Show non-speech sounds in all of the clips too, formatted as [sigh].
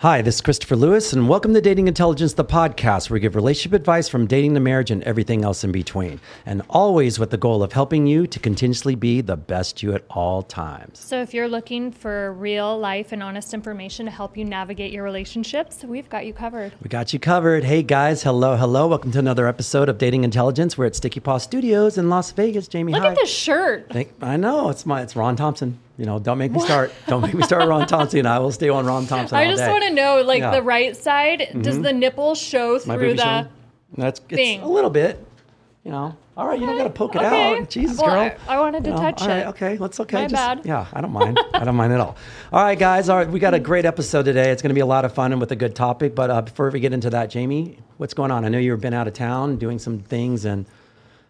Hi, this is Christopher Lewis, and welcome to Dating Intelligence, the podcast where we give relationship advice from dating to marriage and everything else in between, and always with the goal of helping you to continuously be the best you at all times. So, if you're looking for real life and honest information to help you navigate your relationships, we've got you covered. We got you covered. Hey guys, hello, hello. Welcome to another episode of Dating Intelligence. We're at Sticky Paw Studios in Las Vegas. Jamie, Look hi. at this shirt. Thank- I know it's my it's Ron Thompson. You know, don't make me start. Don't make me start Ron [laughs] Thompson. I will stay on Ron Thompson. I all just day. want to know, like Yeah. Mm-hmm. the right side, does the nipple show my through baby the? showing. That's thing. it's a little bit. You know. All right, you don't got to poke it okay. out. Jesus, Well, girl. I- I wanted to You know, touch all right, it. okay, that's okay. My Just- bad. Yeah, I don't mind. I don't mind at [laughs] all. All right, guys. All right, we got a great episode today. It's going to be a lot of fun and with a good topic. But uh, before we get into that, Jamie, what's going on? I know you've been out of town doing some things and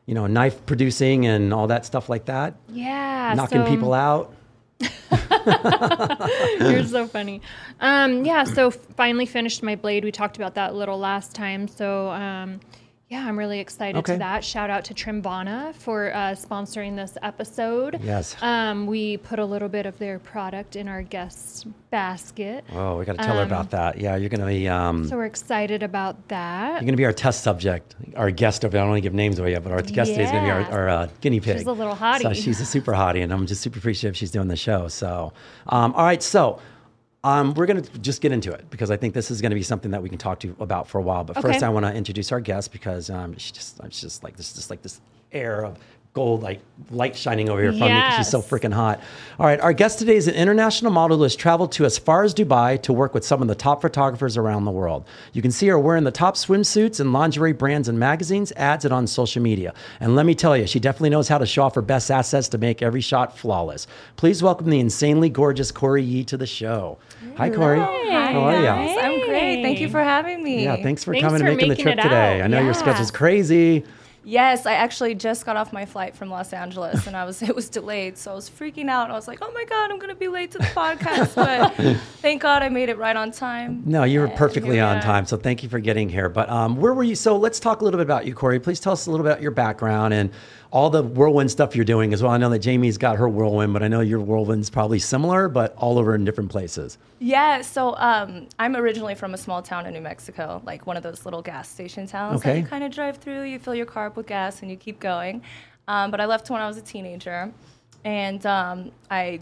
you know knife producing and all that stuff like that, Yeah, knocking so- people out. [laughs] You're so funny. Um, yeah, so finally finished my blade. We talked about that a little last time. So um, yeah, I'm really excited Okay. to that. Shout out to Trimbana for uh, sponsoring this episode. Yes. Um, we put a little bit of their product in our guest basket. Oh, we got to tell Um, her about that. Yeah, you're going to be um, So we're excited about that. You're going to be our test subject, our guest of. I don't want to give names away yet, but our guest today is going to be our, Yeah. our uh, guinea pig. She's a little So hottie. she's a super hottie, and I'm just super appreciative she's doing the show. So, um, all right, so um, we're going to just get into it because I think this is going to be something that we can talk to about for a while. But first, Okay. I want to introduce our guest because um, she just, I'm just like this, just like this air of gold, like light shining over here from me because she's so Yes. freaking hot. All right, our guest today is an international model who has traveled to as far as Dubai to work with some of the top photographers around the world. You can see her wearing the top swimsuits and lingerie brands and magazines, ads it on social media. And let me tell you, she definitely knows how to show off her best assets to make every shot flawless. Please welcome the insanely gorgeous Corey Yee to the show. Hi, Corey. Hi, How are guys. you? I'm great. Thank you for having me. Yeah, thanks for Thanks coming for and making the making trip it today. out. I know your Yeah. schedule's crazy. Yes, I actually just got off my flight from Los Angeles and I was [laughs] it was delayed, so I was freaking out. I was like, "Oh my god, I'm going to be late to the [laughs] podcast." But thank God I made it right on time. No, you were And perfectly here we on are. time. So thank you for getting here. But um, where were you? So let's talk a little bit about you, Corey. Please tell us a little bit about your background and all the whirlwind stuff you're doing as well. I know that Jamie's got her whirlwind, but I know your whirlwind's probably similar, but all over in different places. Yeah, so um, I'm originally from a small town in New Mexico, like one of those little gas station towns that Okay. you kind of drive through, you fill your car up with gas, and you keep going. Um, but I left when I was a teenager, and um, I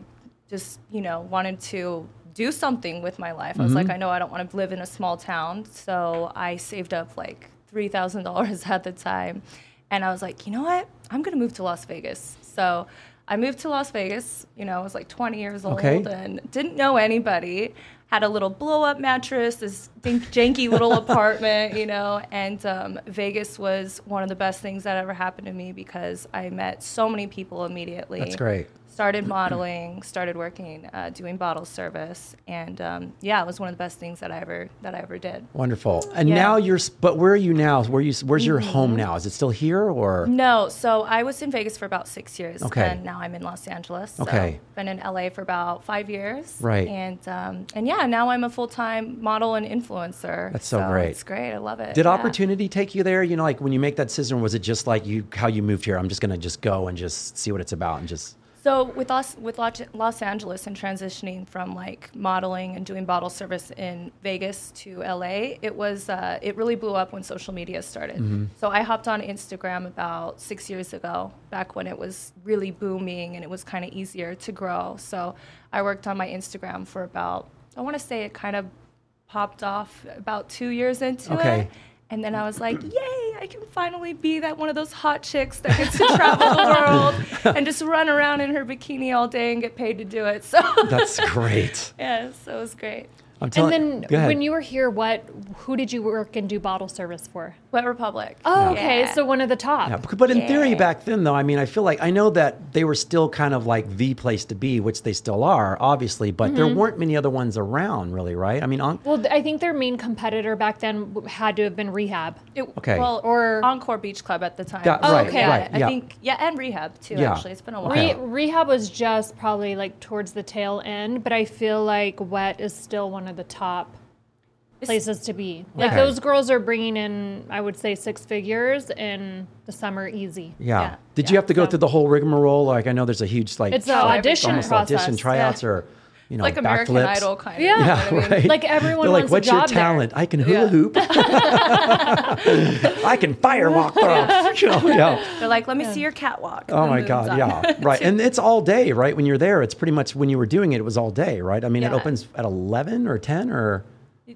just, you know, wanted to do something with my life. I was Mm-hmm. like, I know I don't want to live in a small town, so I saved up like three thousand dollars [laughs] at the time, and I was like, you know what, I'm gonna move to Las Vegas. So. I moved to Las Vegas, you know, I was like 20 years old Okay. and didn't know anybody. Had a little blow up mattress, this think, [laughs] janky little apartment, you know. And um, Vegas was one of the best things that ever happened to me because I met so many people immediately. That's great. Started modeling, started working, uh, doing bottle service, and um, yeah, it was one of the best things that I ever that I ever did. Wonderful. And Yeah. now you're, s- but where are you now? Where you? s- Where's your home now? Is it still here or? No, so I was in Vegas for about six years, Okay. and now I'm in Los Angeles. So Okay. been in LA for about five years, Right. And um, and yeah, now I'm a full time model and influencer. That's so great. It's great. I love it. Did yeah. opportunity take you there? You know, like when you make that decision, was it just like you how you moved here? I'm just gonna just go and just see what it's about and just So with us, with Los Los Angeles and transitioning from like modeling and doing bottle service in Vegas to LA, it was uh, it really blew up when social media started. So I hopped on Instagram about six years ago, back when it was really booming and it was kind of easier to grow. So I worked on my Instagram for about I want to say it kind of popped off about two years into Okay. it. And then I was like, yay, I can finally be that one of those hot chicks that gets to travel the world and just run around in her bikini all day and get paid to do it. [laughs] So, That's great. yeah, so it was great. I'm And telling then go ahead. when you were here, what who did you work and do bottle service for? Wet Republic. Oh, okay. Yeah. So one of the top. Yeah, but, but in theory, Yeah. back then, though, I mean, I feel like I know that they were still kind of like the place to be, which they still are, obviously, but there Mm-hmm. weren't many other ones around, really, right? I mean, on, Well, th- I think their main competitor back then w- had to have been Rehab. It, Okay. Well, Or- or Encore Beach Club at the time. Yeah, Oh, right, okay. yeah, right, I yeah. think, yeah, and Rehab too, Yeah. actually. It's been a while. Okay. Re- Rehab was just probably like towards the tail end, but I feel like Wet is still one of the top It's- places to be. Like Okay. those girls are bringing in, I would say, six figures in the summer easy. yeah. Yeah, Did you yeah. have to go So- through the whole rigmarole? Like, I know there's a huge like It's tr- the audition almost process. audition tryouts yeah. or you know like American backflips. Idol kind Yeah. of. you know Yeah, what I mean? right. Like, everyone They're like, wants a "What's your job there." talent? I can hula Yeah. hoop. [laughs] I [laughs] can firewalk throw." [laughs] You know, yeah. They're like, let me see your catwalk. Oh And my then God! done. [laughs] Yeah, right. And it's all day, right? When you're there, it's pretty much when you were doing it, it was all day, right? I mean, it Yeah. opens at eleven or ten or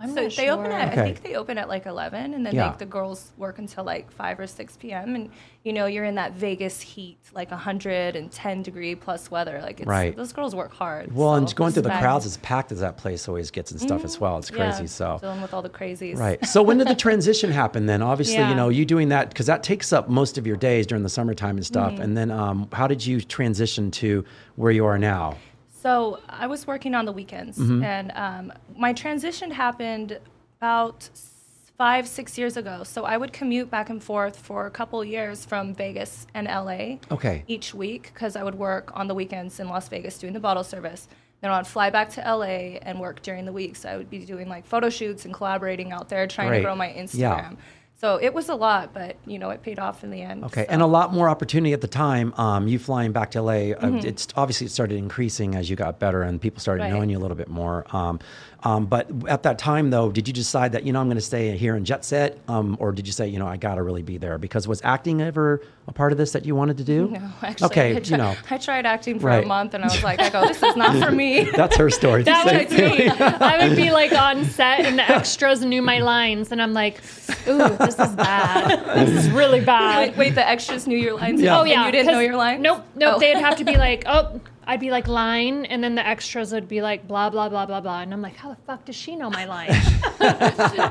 I'm so not they open sure. at Okay. I think they open at like eleven, and then Yeah. like the girls work until like five or six p.m. And you know you're in that Vegas heat, like hundred and ten degree plus weather. Like it's, Right. those girls work hard. well, and so just going through the respect. crowds as packed as that place always gets and stuff as well. It's Mm-hmm. Yeah, crazy. So dealing with all the crazies. Right. So when did the [laughs] transition happen then? Obviously, you Yeah. know, you doing that because that takes up most of your days during the summertime and stuff. Mm-hmm. And then um, how did you transition to where you are now? So I was working on the weekends, Mm-hmm. and um, my transition happened about s- five, six years ago. So I would commute back and forth for a couple years from Vegas and LA Okay. each week because I would work on the weekends in Las Vegas doing the bottle service. Then I'd fly back to LA and work during the week. So I would be doing like photo shoots and collaborating out there, trying Right. to grow my Yeah. Instagram. So it was a lot, but you know it paid off in the end. Okay. so- And a lot more opportunity at the time. Um, you flying back to LA, uh, it's obviously it started increasing as you got better and people started Right. knowing you a little bit more. Um, um, but at that time, though, did you decide that, you know, I'm going to stay here in Jet Set? Um, or did you say, you know, I got to really be there? Because was acting ever a part of this that you wanted to do? [laughs] No, actually, Okay. I, you tri- know, I tried acting for Right. a month, and [laughs] I was like, I go, this is not for me. [laughs] that's her story. That Same would be. [laughs] I would be like on set and the extras knew my lines, and I'm like, ooh, this is bad. This is really bad. wait, wait, the extras knew your lines. Yeah. and Oh yeah, you didn't know 'cause- your lines. Nope, nope. Oh. They'd have [laughs] to be like, oh, I'd be like line, and then the extras would be like blah blah blah blah blah, and I'm like, how the fuck does she know my [laughs] line?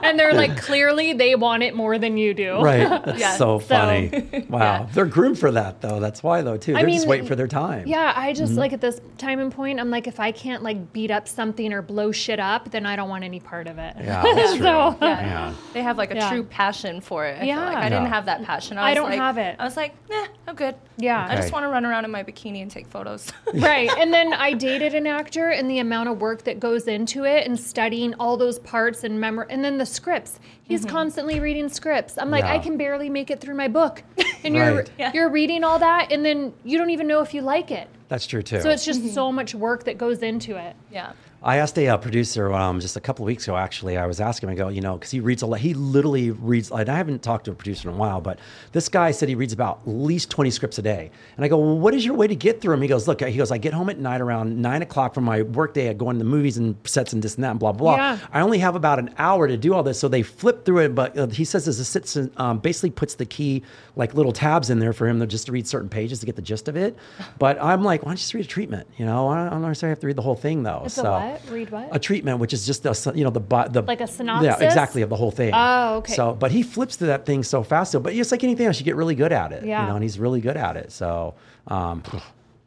and they're like, clearly they want it more than you [laughs] do. Right. That's Yeah. so So- funny. Wow. They're groomed for that though. That's why though too. They're just mean, waiting for their time. Yeah, I just Mm-hmm. like at this time and point, I'm like, if I can't like beat up something or blow shit up, then I don't want any part of it. Yeah. That's true. So- Yeah. Man. Oh. They have like a Yeah. true passion for it. I feel like. Yeah. I didn't Yeah. have that passion. I I, was don't like- have it. I was like, nah, I'm good. Yeah. I just Okay. want to run around in my bikini and take [laughs] photos. [laughs] right. And then I dated an actor, and the amount of work that goes into it and studying all those parts and memory, and then the scripts. He's constantly reading scripts. I'm like, Mm-hmm. Yeah. I can barely make it through my book, [laughs] and you're Right. Yeah. you're reading all that, and then you don't even know if you like it. That's true too. So it's just so much work that goes into it. yeah. I asked a uh, producer um, just a couple of weeks ago, actually. I was asking him, I go, you know, because he reads a lot. He literally reads, and I haven't talked to a producer in a while, but this guy said he reads about at least 20 scripts a day. And I go, well, what is your way to get through them? He goes, look, he goes, I get home at night around nine o'clock from my work day. I go into the movies and sets and this and that and blah, blah. Yeah. I only have about an hour to do all this. So they flip through it, but uh, he says his assistant um, basically puts the key, like little tabs in there for him to just to read certain pages to get the gist of it. But I'm like, why don't you just read a treatment? You know, I don't I don't necessarily have to read the whole thing though It's a what? Read what? a treatment, which is just the you know the bi- the Like a yeah synopsis? exactly of the whole thing. Oh, okay. So, but he flips through that thing so fast. So, but it's like anything else, you get really good at it. Yeah. You know, and he's really good at it. So, um, [laughs] and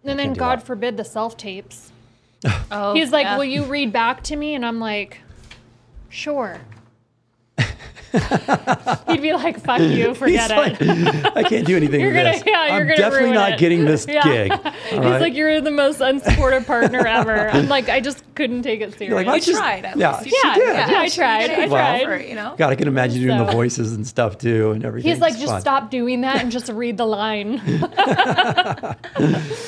can then do God that. forbid the self tapes. Oh, He's like, [laughs] yeah. "Will you read back to me?" And I'm like, "Sure." He'd be like, "Fuck you, He's forget like, it." I can't do anything You're with gonna, this. yeah, you're I'm gonna definitely ruin not it." getting this [laughs] Yeah. gig. He's right? like, "You're the most unsupportive [laughs] partner ever." I'm like, I just couldn't take it seriously. You're like, "I just- tried, at yeah, least. she yeah, did. yeah, I tried. I She Well, tried. tried. You know? God, I can imagine you doing the So- voices and stuff too, and everything. He's like, It's just fun. stop doing that and just read [laughs] the line.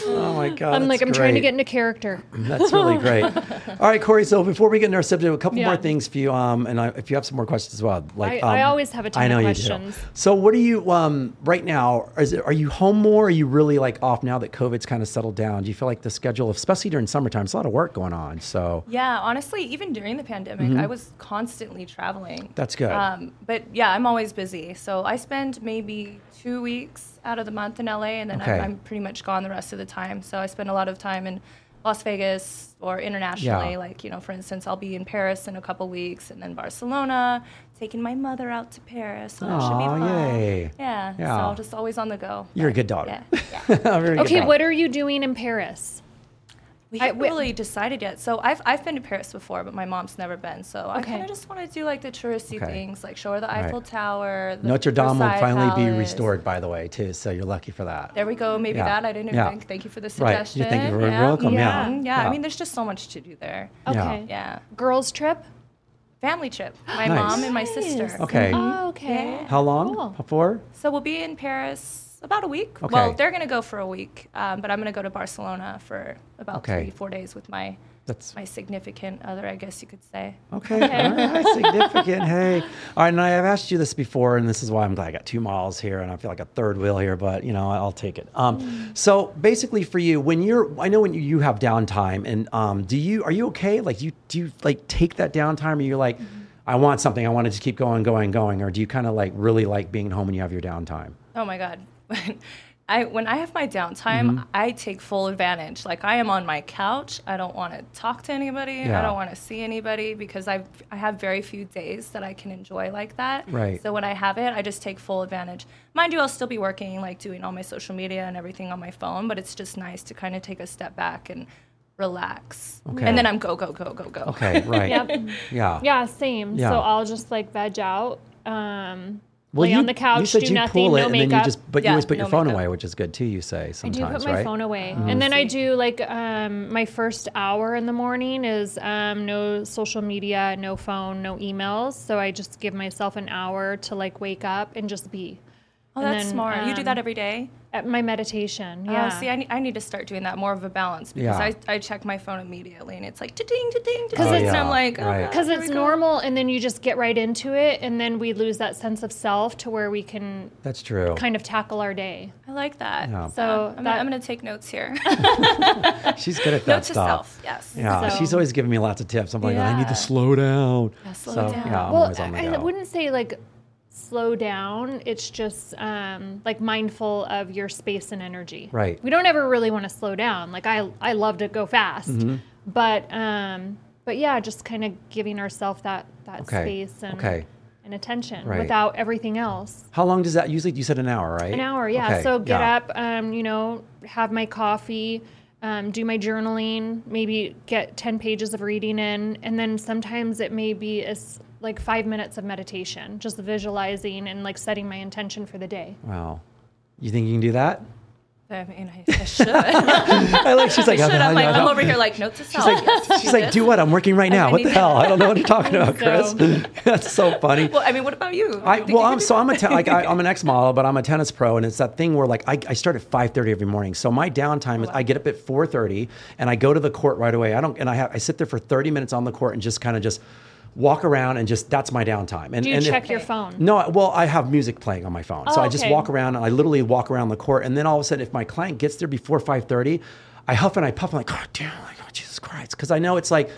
Oh my god! I'm like, that's I'm trying to great. get into character. That's [laughs] really great. All right, Corey. So before we get into our subject, a couple Yeah. more things for you, um, and I, if you have some more questions as well, like I- I um, always have a ton I of know you do. questions. So what are you um, right now? Is it, are you home more? Are you really like off now that COVID's kind of settled down? Do you feel like the schedule, especially during summertime, it's a lot of work going on. So Yeah, honestly, even during the pandemic, I was constantly traveling. Mm-hmm. That's good. Um, but yeah, I'm always busy. So I spend maybe two weeks out of the month in LA, and then Okay. I'm, I'm pretty much gone the rest of the time. So I spend a lot of time in Las Vegas or internationally. Yeah. Like, you know, for instance, I'll be in Paris in a couple weeks, and then Barcelona, taking my mother out to Paris. So that should be Aw, fun. yay. Yeah, Yeah. so I'm just always on the go. You're a But, good daughter. Yeah. [laughs] Very good Okay, job. what are you doing in Paris? We I- haven't wait- really decided yet. So I've I've been to Paris before, but my mom's never been. So I Okay. kind of just want to do like the touristy Okay. things, like show her the Eiffel Tower. The Notre Dame will Versailles finally be Palace. restored, by the way, too. So you're lucky for that. There we go. Maybe Yeah. that I didn't Yeah. think. Thank you for the Right. suggestion. You think you're very yeah. welcome. Yeah. Yeah. Mm, yeah. I mean, there's just so much to do there. Okay. Yeah. Yeah, Girls trip? family trip. My Nice. mom and my sister. Okay. Oh, okay. How long? Cool. Before? So we'll be in Paris about a week. Well, Okay. they're gonna go for a week, um, but I'm gonna go to Barcelona for about Okay. three, four days with my That's my significant other, I guess you could say. Okay. All right. Significant. Hey. All right. And I have asked you this before, and this is why I'm glad I got two miles here, and I feel like a third wheel here, but you know, I'll take it. Um, Mm. so basically, for you, when you're, I know when you, you have downtime, and um, do you are you okay? Like, you do you like take that downtime, or you're like, Mm-hmm. I want something, I want to just keep going, going, going, or do you kind of like really like being home when you have your downtime? Oh my god. [laughs] When I when I have my downtime, Mm-hmm. I take full advantage. Like I am on my couch. I don't want to talk to anybody. Yeah. I don't want to see anybody because I I have very few days that I can enjoy like that. Right. So when I have it, I just take full advantage. Mind you, I'll still be working, like doing all my social media and everything on my phone, but it's just nice to kind of take a step back and relax. Okay. And then I'm go go go go go. [laughs] Okay. Right. Yep. Yeah. Yeah, same. Yeah. So I'll just like veg out, um, Well, lay you, on the couch, you said do you nothing, pull it, no and makeup. then you just, but you Yeah, always put no your phone makeup. away, which is good too. You say I sometimes, do put my right? Mm-hmm. phone away, and then I do like um, my first hour in the morning is um, no social media, no phone, no emails. So I just give myself an hour to like wake up and just be Oh, And that's then, smart. you do um, that every day? at my meditation. Yeah. Yeah. Oh, see, I need, I need to start doing that more of a balance because Yeah. I, I check my phone immediately and it's like ding ding ding Oh, because it's and yeah, I'm like oh, right. because here it's we go. normal, and then you just get right into it, and then we lose that sense of self to where we can That's true. kind of tackle our day. I like that. Yeah. So So I'm, that- gonna, I'm gonna take notes here. She's good at that [laughs] Note to stuff. self. Yes. Yeah, So- she's always giving me lots of tips. I'm like, I need Yeah. to slow down. slow so, down. Yeah, I'm well, always on the I go. wouldn't say like slow down. It's just um, like mindful of your space and energy. Right. We don't ever really want to slow down. Like I, I love to go fast, Mm-hmm. but um, but yeah, just kind of giving ourselves that that Okay. space and Okay. and attention Right. without everything else. How long does that usually? You said an hour, right? An hour, yeah. Okay, So get yeah. up, um, you know, have my coffee, um, do my journaling, maybe get 10 pages of reading in. And then sometimes it may be as like five minutes of meditation, just visualizing and like setting my intention for the day. Wow. You think you can do that? I mean, I, [laughs] I should. I I like. [laughs] She's like, "Oh, should. I'm like, yeah, I'm yeah. over here like note to self. yes, She's like, do what? I'm working right now. I What the need hell? I don't know what you're talking [laughs] about, Chris. [laughs] So- That's so funny. well, I mean, what about you? Do you I, think well, you I'm [laughs] could do so I'm a that? te- like I, I'm an ex model, but I'm a tennis pro, and it's that thing where like I, I start at 5:30 every morning. So my downtime is I get up at 4:30 and I go to the court right away. I don't and I have I sit there for 30 minutes on the court and just kind of just walk around and just that's my downtime. And Do you and if- check your phone? No, I- well, I have music playing on my phone, so Oh, I just okay. walk around and I literally walk around the court, and then all of a sudden, if my client gets there before 5:30, I huff and I puff. I'm like, God damn! Like, oh Jesus Christ! Because I know it's like.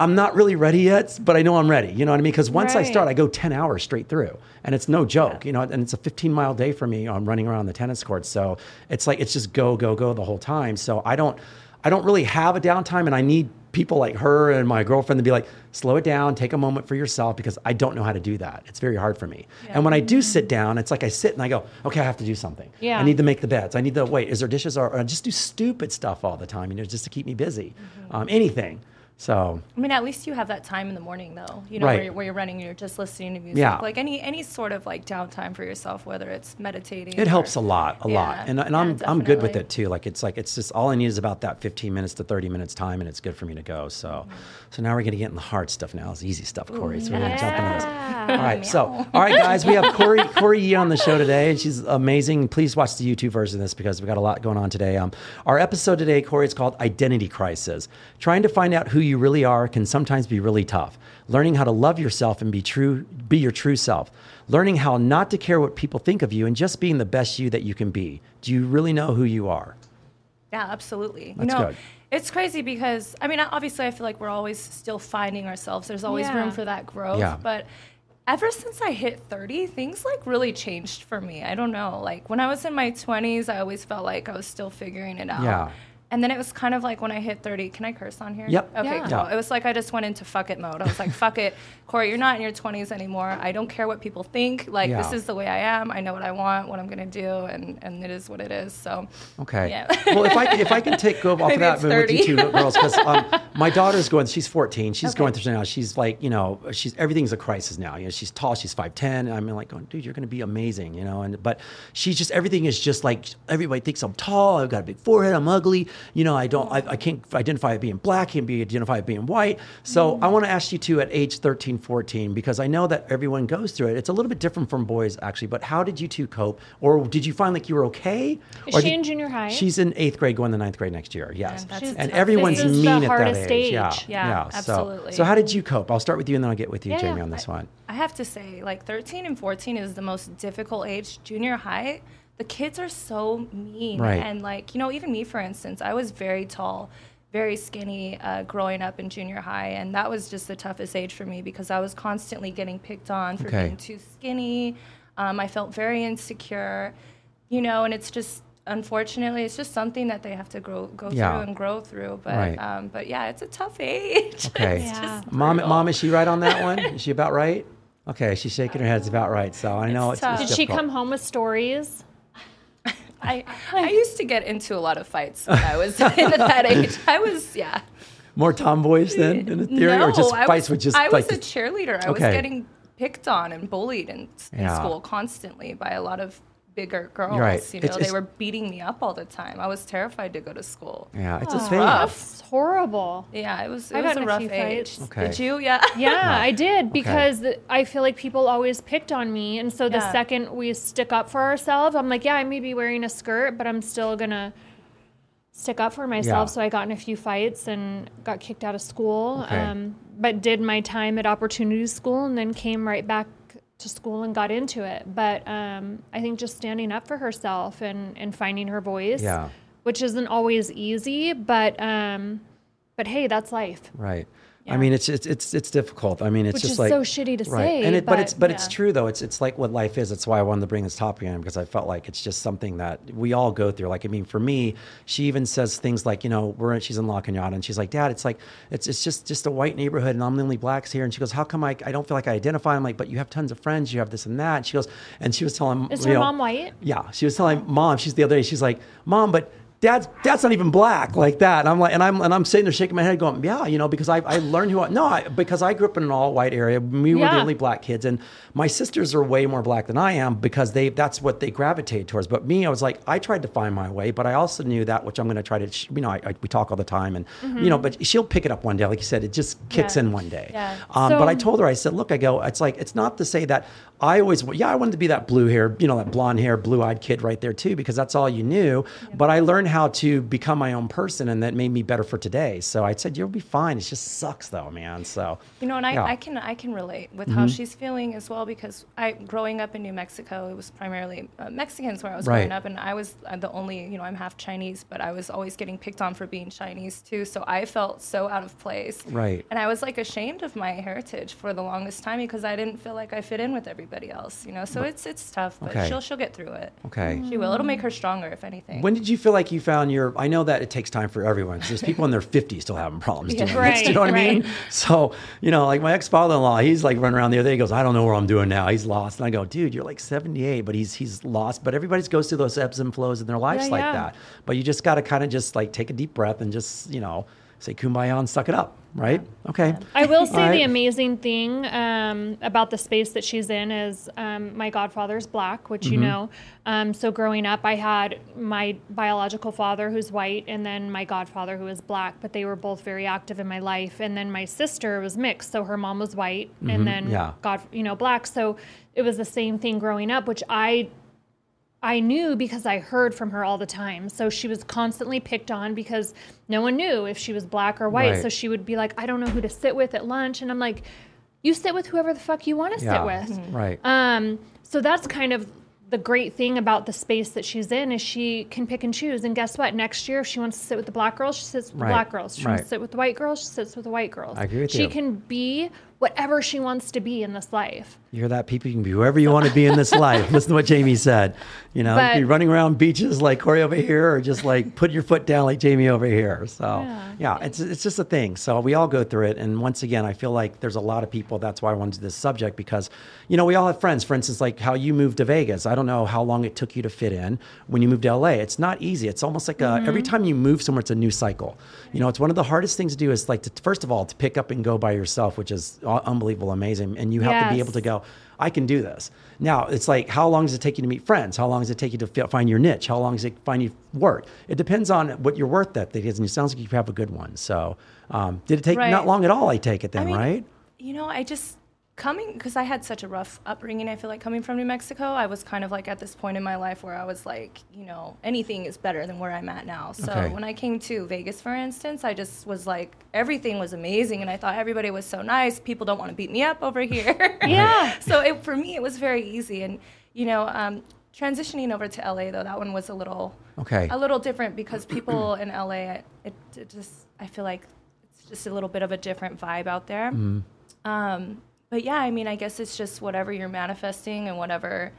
I'm not really ready yet, but I know I'm ready. You know what I mean? Because once I Right. start, I go 10 hours straight through. And it's no joke, you know, and it's a 15 mile day for me. I'm running around the tennis court. So it's like, it's just go, go, go the whole time. So I don't, I don't really have a downtime. And I need people like her and my girlfriend to be like, slow it down, take a moment for yourself because I don't know how to do that. It's very hard for me. And when I do sit down, it's like I sit and I go, okay, I have to do something. Yeah. I need to make the beds. I need to uh, wait. Is there dishes? Or, or I just do stupid stuff all the time, you know, just to keep me busy. Um, anything. So I mean, at least you have that time in the morning, though. You know, Right. where, you're, where you're running, and you're just listening to music. Yeah. Like any any sort of like downtime for yourself, whether it's meditating. it or- helps a lot, a Yeah. lot. And, and Yeah, I'm, I'm good with definitely. it too. Like it's like, it's just all I need is about that 15 minutes to 30 minutes time and it's good for me to go. So, so now we're going to get in the hard stuff now. It's easy stuff, Corey. so we're going to jump into this. All right, so all right, guys, we have Corey Corey Yee on the show today, and she's amazing. Please watch the YouTube version of this because we got a lot going on today. Um, our episode today, Corey, is called "Identity Crisis." Trying to find out who you really are can sometimes be really tough. Learning how to love yourself and be true, be your true self. Learning how not to care what people think of you and just being the best you that you can be. Do you really know who you are? Yeah, absolutely. That's you know, good. it's crazy because I mean, obviously, I feel like we're always still finding ourselves. There's always Yeah. room for that growth. Yeah. But ever since I hit 30, things like really changed for me. I don't know. Like when I was in my 20s, I always felt like I was still figuring it out. Yeah. And then it was kind of like when I hit 30. Can I curse on here? Yep. Okay, Yeah. cool. Yeah. It was like I just went into fuck it mode. I was like, fuck it. Corey, you're not in your 20s anymore. I don't care what people think. Like, Yeah. this is the way I am. I know what I want, what I'm going to do, and, and it is what it is. So, Okay. Yeah. well, if I if I can take [laughs] go off of Maybe that it's with you 30. two girls, because [laughs] um, my daughter's going. She's 14. She's going through now. She's like, you know, she's everything's a crisis now. You know, she's tall. She's 5'10. And I'm like, going, dude, you're going to be amazing. You know, and but she's just everything is just like everybody thinks I'm tall. I've got a big forehead. I'm ugly. You know, I don't. I, I can't identify as being black. Can't be identified as being white. So Mm-hmm. I want to ask you two at age 13, 14, because I know that everyone goes through it. It's a little bit different from boys actually. But how did you two cope, or did you find like you were okay? Is Or she did- in junior high? She's in eighth grade, going to ninth grade next year. Yes, that's She's and tough. everyone's This is the mean at that hardest age. Yeah, age. Yeah, So- absolutely. So, how did you cope? I'll start with you, and then I'll get with you, Yeah, Jamie, yeah. on this [laughs] one. I have to say, like 13 and 14 is the most difficult age. Junior high, the kids are so mean. Right. And like, you know, even me, for instance, I was very tall, very skinny uh, growing up in junior high. And that was just the toughest age for me because I was constantly getting picked on for Okay. being too skinny. Um, I felt very insecure, you know, and it's just, unfortunately, it's just something that they have to grow, go Yeah. through and grow through. But, Right. um, but yeah, it's a tough [laughs] age. Okay. It's Yeah. just Mom, brutal. mom, is she right on that [laughs] one? Is she about right? Okay, she's shaking her head. It's about right. So I know it's. It's it's tough. Did she difficult. come home with stories? [laughs] I, I used to get into a lot of fights when I was [laughs] in that age. I was, yeah. more tomboyish then in the theory, no, or just I fights was, with just I like was a cheerleader. I was Okay. getting picked on and bullied in, in Yeah. school constantly by a lot of bigger girls. Right. You know, It's- it's- they were beating me up all the time. I was terrified to go to school. yeah, it's a Oh. thing. Rough. It's horrible. Yeah, it was it I was got a in a rough few age. fights. Okay. Did [laughs] you? Yeah. Yeah, I did because the, I feel like people always picked on me, and so the Yeah. second we stick up for ourselves, I'm like, yeah, I may be wearing a skirt, but I'm still gonna stick up for myself. Yeah. So I got in a few fights and got kicked out of school, Okay. um, but did my time at Opportunity School and then came right back to school and got into it. But um, I think just standing up for herself and and finding her voice, Yeah. which isn't always easy, but um, but hey, that's life. Right. I mean, it's it's it's it's difficult. I mean, it's Which just is like so shitty to say, And it, but, but- it's but it's Yeah. true though. It's it's like what life is. It's why I wanted to bring this topic in because I felt like it's just something that we all go through. Like I mean, for me, she even says things like, you know, we're in, she's in La Cunada and she's like, Dad, it's like it's it's just just a white neighborhood and I'm the only blacks here. And she goes, How come I I don't feel like I identify? I'm like, but you have tons of friends. You have this and that. And she goes, and she was telling Is you her know, mom white? yeah, she was telling mom. She's the other day. She's like, "Mom, but dad's dad's not even black like that." And I'm like, and I'm and I'm sitting there shaking my head, going, "Yeah, you know, because I I learned who I no, I, because I grew up in an all white area. We were the Yeah. only black kids, and my sisters are way more black than I am because they that's what they gravitate towards. But me, I was like, I tried to find my way, but I also knew that which I'm going to try to, you know, I, I, we talk all the time, and you know, but she'll pick it up one day, like you said, it just kicks Mm-hmm. Yeah. in one day. Yeah. Um, but I So- told her, I said, look, I go, it's like, it's not to say that I always, yeah, I wanted to be that blue hair, you know, that blonde hair, blue eyed kid right there too, because that's all you knew. But I learned how to become my own person and that made me better for today. So I said, you'll be fine. It just sucks though, man. So, You know, and I, Yeah. Mm-hmm. I can I can relate with how she's feeling as well because I growing up in New Mexico, it was primarily uh, Mexicans where I was growing Right. up, and I was uh, the only you know I'm half Chinese, but I was always getting picked on for being Chinese too, so I felt so out of place. Right. And I was like ashamed of my heritage for the longest time because I didn't feel like I fit in with everybody else, you know. So it's it's tough, but Okay. she'll she'll get through it. okay. She will. It'll make her stronger if anything. When did you feel like you found your? I know that it takes time for everyone. 'cause There's people [laughs] in their 50s still having problems doing Yeah. this. [laughs] Do you know what Right, I mean? right. So, you know, like my ex father in law, he's like running around the other day. He goes, I don't know where I'm doing now. He's lost. And I go, dude, you're like 78, but he's he's lost. But everybody goes through those ebbs and flows in their lives Yeah, like yeah. that. But you just got to kind of just like take a deep breath and just, you know, say kumbaya and suck it up, right? Okay. I will say Alright. the amazing thing um, about the space that she's in is um, my godfather's black, which Mm-hmm. you know. Um, so growing up, I had my biological father who's white, and then my godfather who is black. But they were both very active in my life. And then my sister was mixed, so her mom was white, and then Mm-hmm. yeah. God, you know, black. So it was the same thing growing up, which I I knew because I heard from her all the time. So she was constantly picked on because no one knew if she was black or white. Right. So she would be like, I don't know who to sit with at lunch. And I'm like, you sit with whoever the fuck you want to Yeah. sit with. Right. Um, so that's kind of the great thing about the space that she's in is she can pick and choose. And guess what? Next year, if she wants to sit with the black girls, she sits with Right. the black girls. She wants Right. to sit with the white girls, she sits with the white girls. I agree with she you. can be whatever she wants to be in this life. You hear that, people? You can be whoever you want to be in this life. [laughs] Listen to what Jamie said. You know, you But- can be running around beaches like Corey over here, or just like put your foot down like Jamie over here. So, yeah, it's, it's just a thing. So, we all go through it. And once again, I feel like there's a lot of people. That's why I wanted to do this subject because, you know, we all have friends. For instance, like how you moved to Vegas. I don't know how long it took you to fit in when you moved to LA. It's not easy. It's almost like a, Mm-hmm. every time you move somewhere, it's a new cycle. You know, it's one of the hardest things to do is like, to, first of all, to pick up and go by yourself, which is uh, unbelievable, amazing. And you have to be Yes. able to go go, I can do this. Now it's like, how long does it take you to meet friends? How long does it take you to fi- find your niche? How long does it find you work? It depends on what you're worth that thing is, and it sounds like you have a good one. So, um, did it take Right. not long at all? I take it then, I mean, right? You know, I just coming because I had such a rough upbringing. I feel like coming from New Mexico, I was kind of like at this point in my life where I was like, you know, anything is better than where I'm at now. So Okay. when I came to Vegas, for instance, I just was like, everything was amazing, and I thought everybody was so nice. People don't want to beat me up over here. Yeah. [laughs] so it, for me, it was very easy, and you know. Um, Transitioning over to LA though, that one was a little Okay. a little different because people [clears throat] in LA, it, it just I feel like it's just a little bit of a different vibe out there. Mm-hmm. Um, but yeah, I mean, I guess it's just whatever you're manifesting and whatever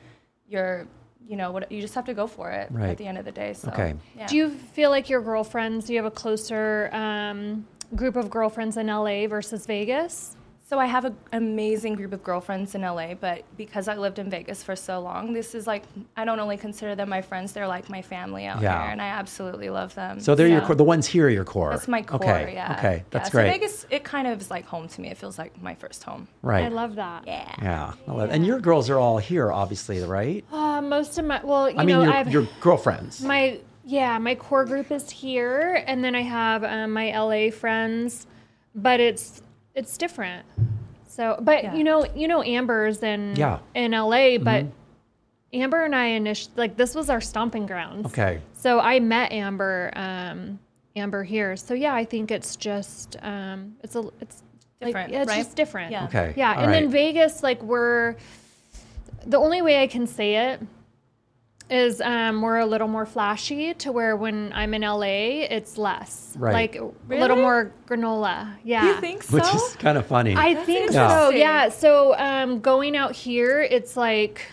you're, you know, what you just have to go for it Right. at the end of the day. So, Okay. yeah. Do you feel like your girlfriends, do you have a closer um, group of girlfriends in LA versus Vegas? So I have an amazing group of girlfriends in LA, but because I lived in Vegas for so long, this is like I don't only consider them my friends; they're like my family out Yeah. here, and I absolutely love them. So they're your Yeah. core. The ones here are your core. That's my core. Okay. Yeah. Okay. That's yeah. great. So Vegas, it kind of is like home to me. It feels like my first home. right. I love that. Yeah. Oh, Yeah. I love- And your girls are all here, obviously, right? Uh, most of my, well, you I mean, know, your, I've your girlfriends. my yeah, my core group is here, and then I have um, my LA friends, but it's it's different. So, but Yeah. you know, you know, Amber's in Yeah. Mm-hmm. in LA, but Amber and I initially like this was our stomping grounds. okay. So I met Amber um, Amber here. So yeah, I think it's just um, it's a it's like, Different, yeah, it's right? just different. Yeah. Okay. Yeah, All and then right. Vegas, like we're the only way I can say it is um, we're a little more flashy to where when I'm in LA, it's less Right. like a little Really? more granola. Yeah, You think so? Which is kind of funny. I That's think Yeah. so. interesting. Yeah. So um, going out here, it's like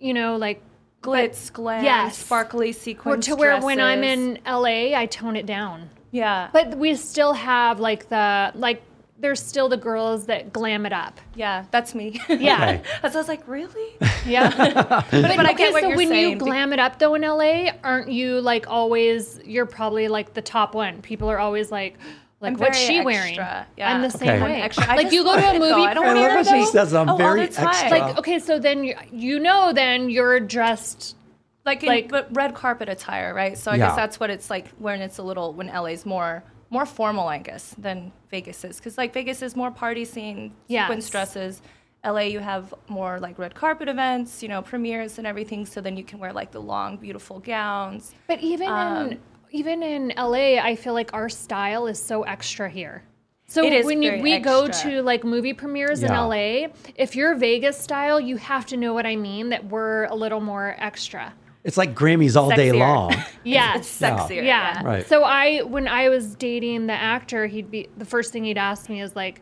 you know, like glitz, glam, Yes. sparkly or sequins. to where when I'm dresses. in LA, I tone it down. Yeah. But we still have like the like there's still the girls that glam it up. yeah, that's me. [laughs] [laughs] Yeah. Okay. As I was like, [laughs] really? Yeah. but, But [laughs] I okay, get what so you're when you saying, be- glam it up though in LA, aren't you like always you're probably like the top one. People are always like like I'm what's very she extra. wearing? Yeah. I'm the Okay. I'm same way. extra. I Like just you go to love a it, though. movie I don't I wanna premiere love how she though. says I'm Oh, all very the time. extra. like okay, so then you, you know then you're dressed Like, in, Like- but red carpet attire, right? So I Yeah. guess that's what it's like when it's a little when LA's more more formal, I guess, than Vegas is, because like Vegas is more party scene, Yes. sequence dresses. LA, you have more like red carpet events, you know, premieres and everything. So then you can wear like the long, beautiful gowns. but even Um, in even in LA, I feel like our style is so extra here. So It is when you, very we go extra. to like movie premieres Yeah. in LA, if you're Vegas style, you have to know what I mean that we're a little more extra. It's like Grammys all day Sexier. [laughs] long. Yes. It's sexier. Yeah. Right. So I, when I was dating the actor, he'd be the first thing he'd ask me is like,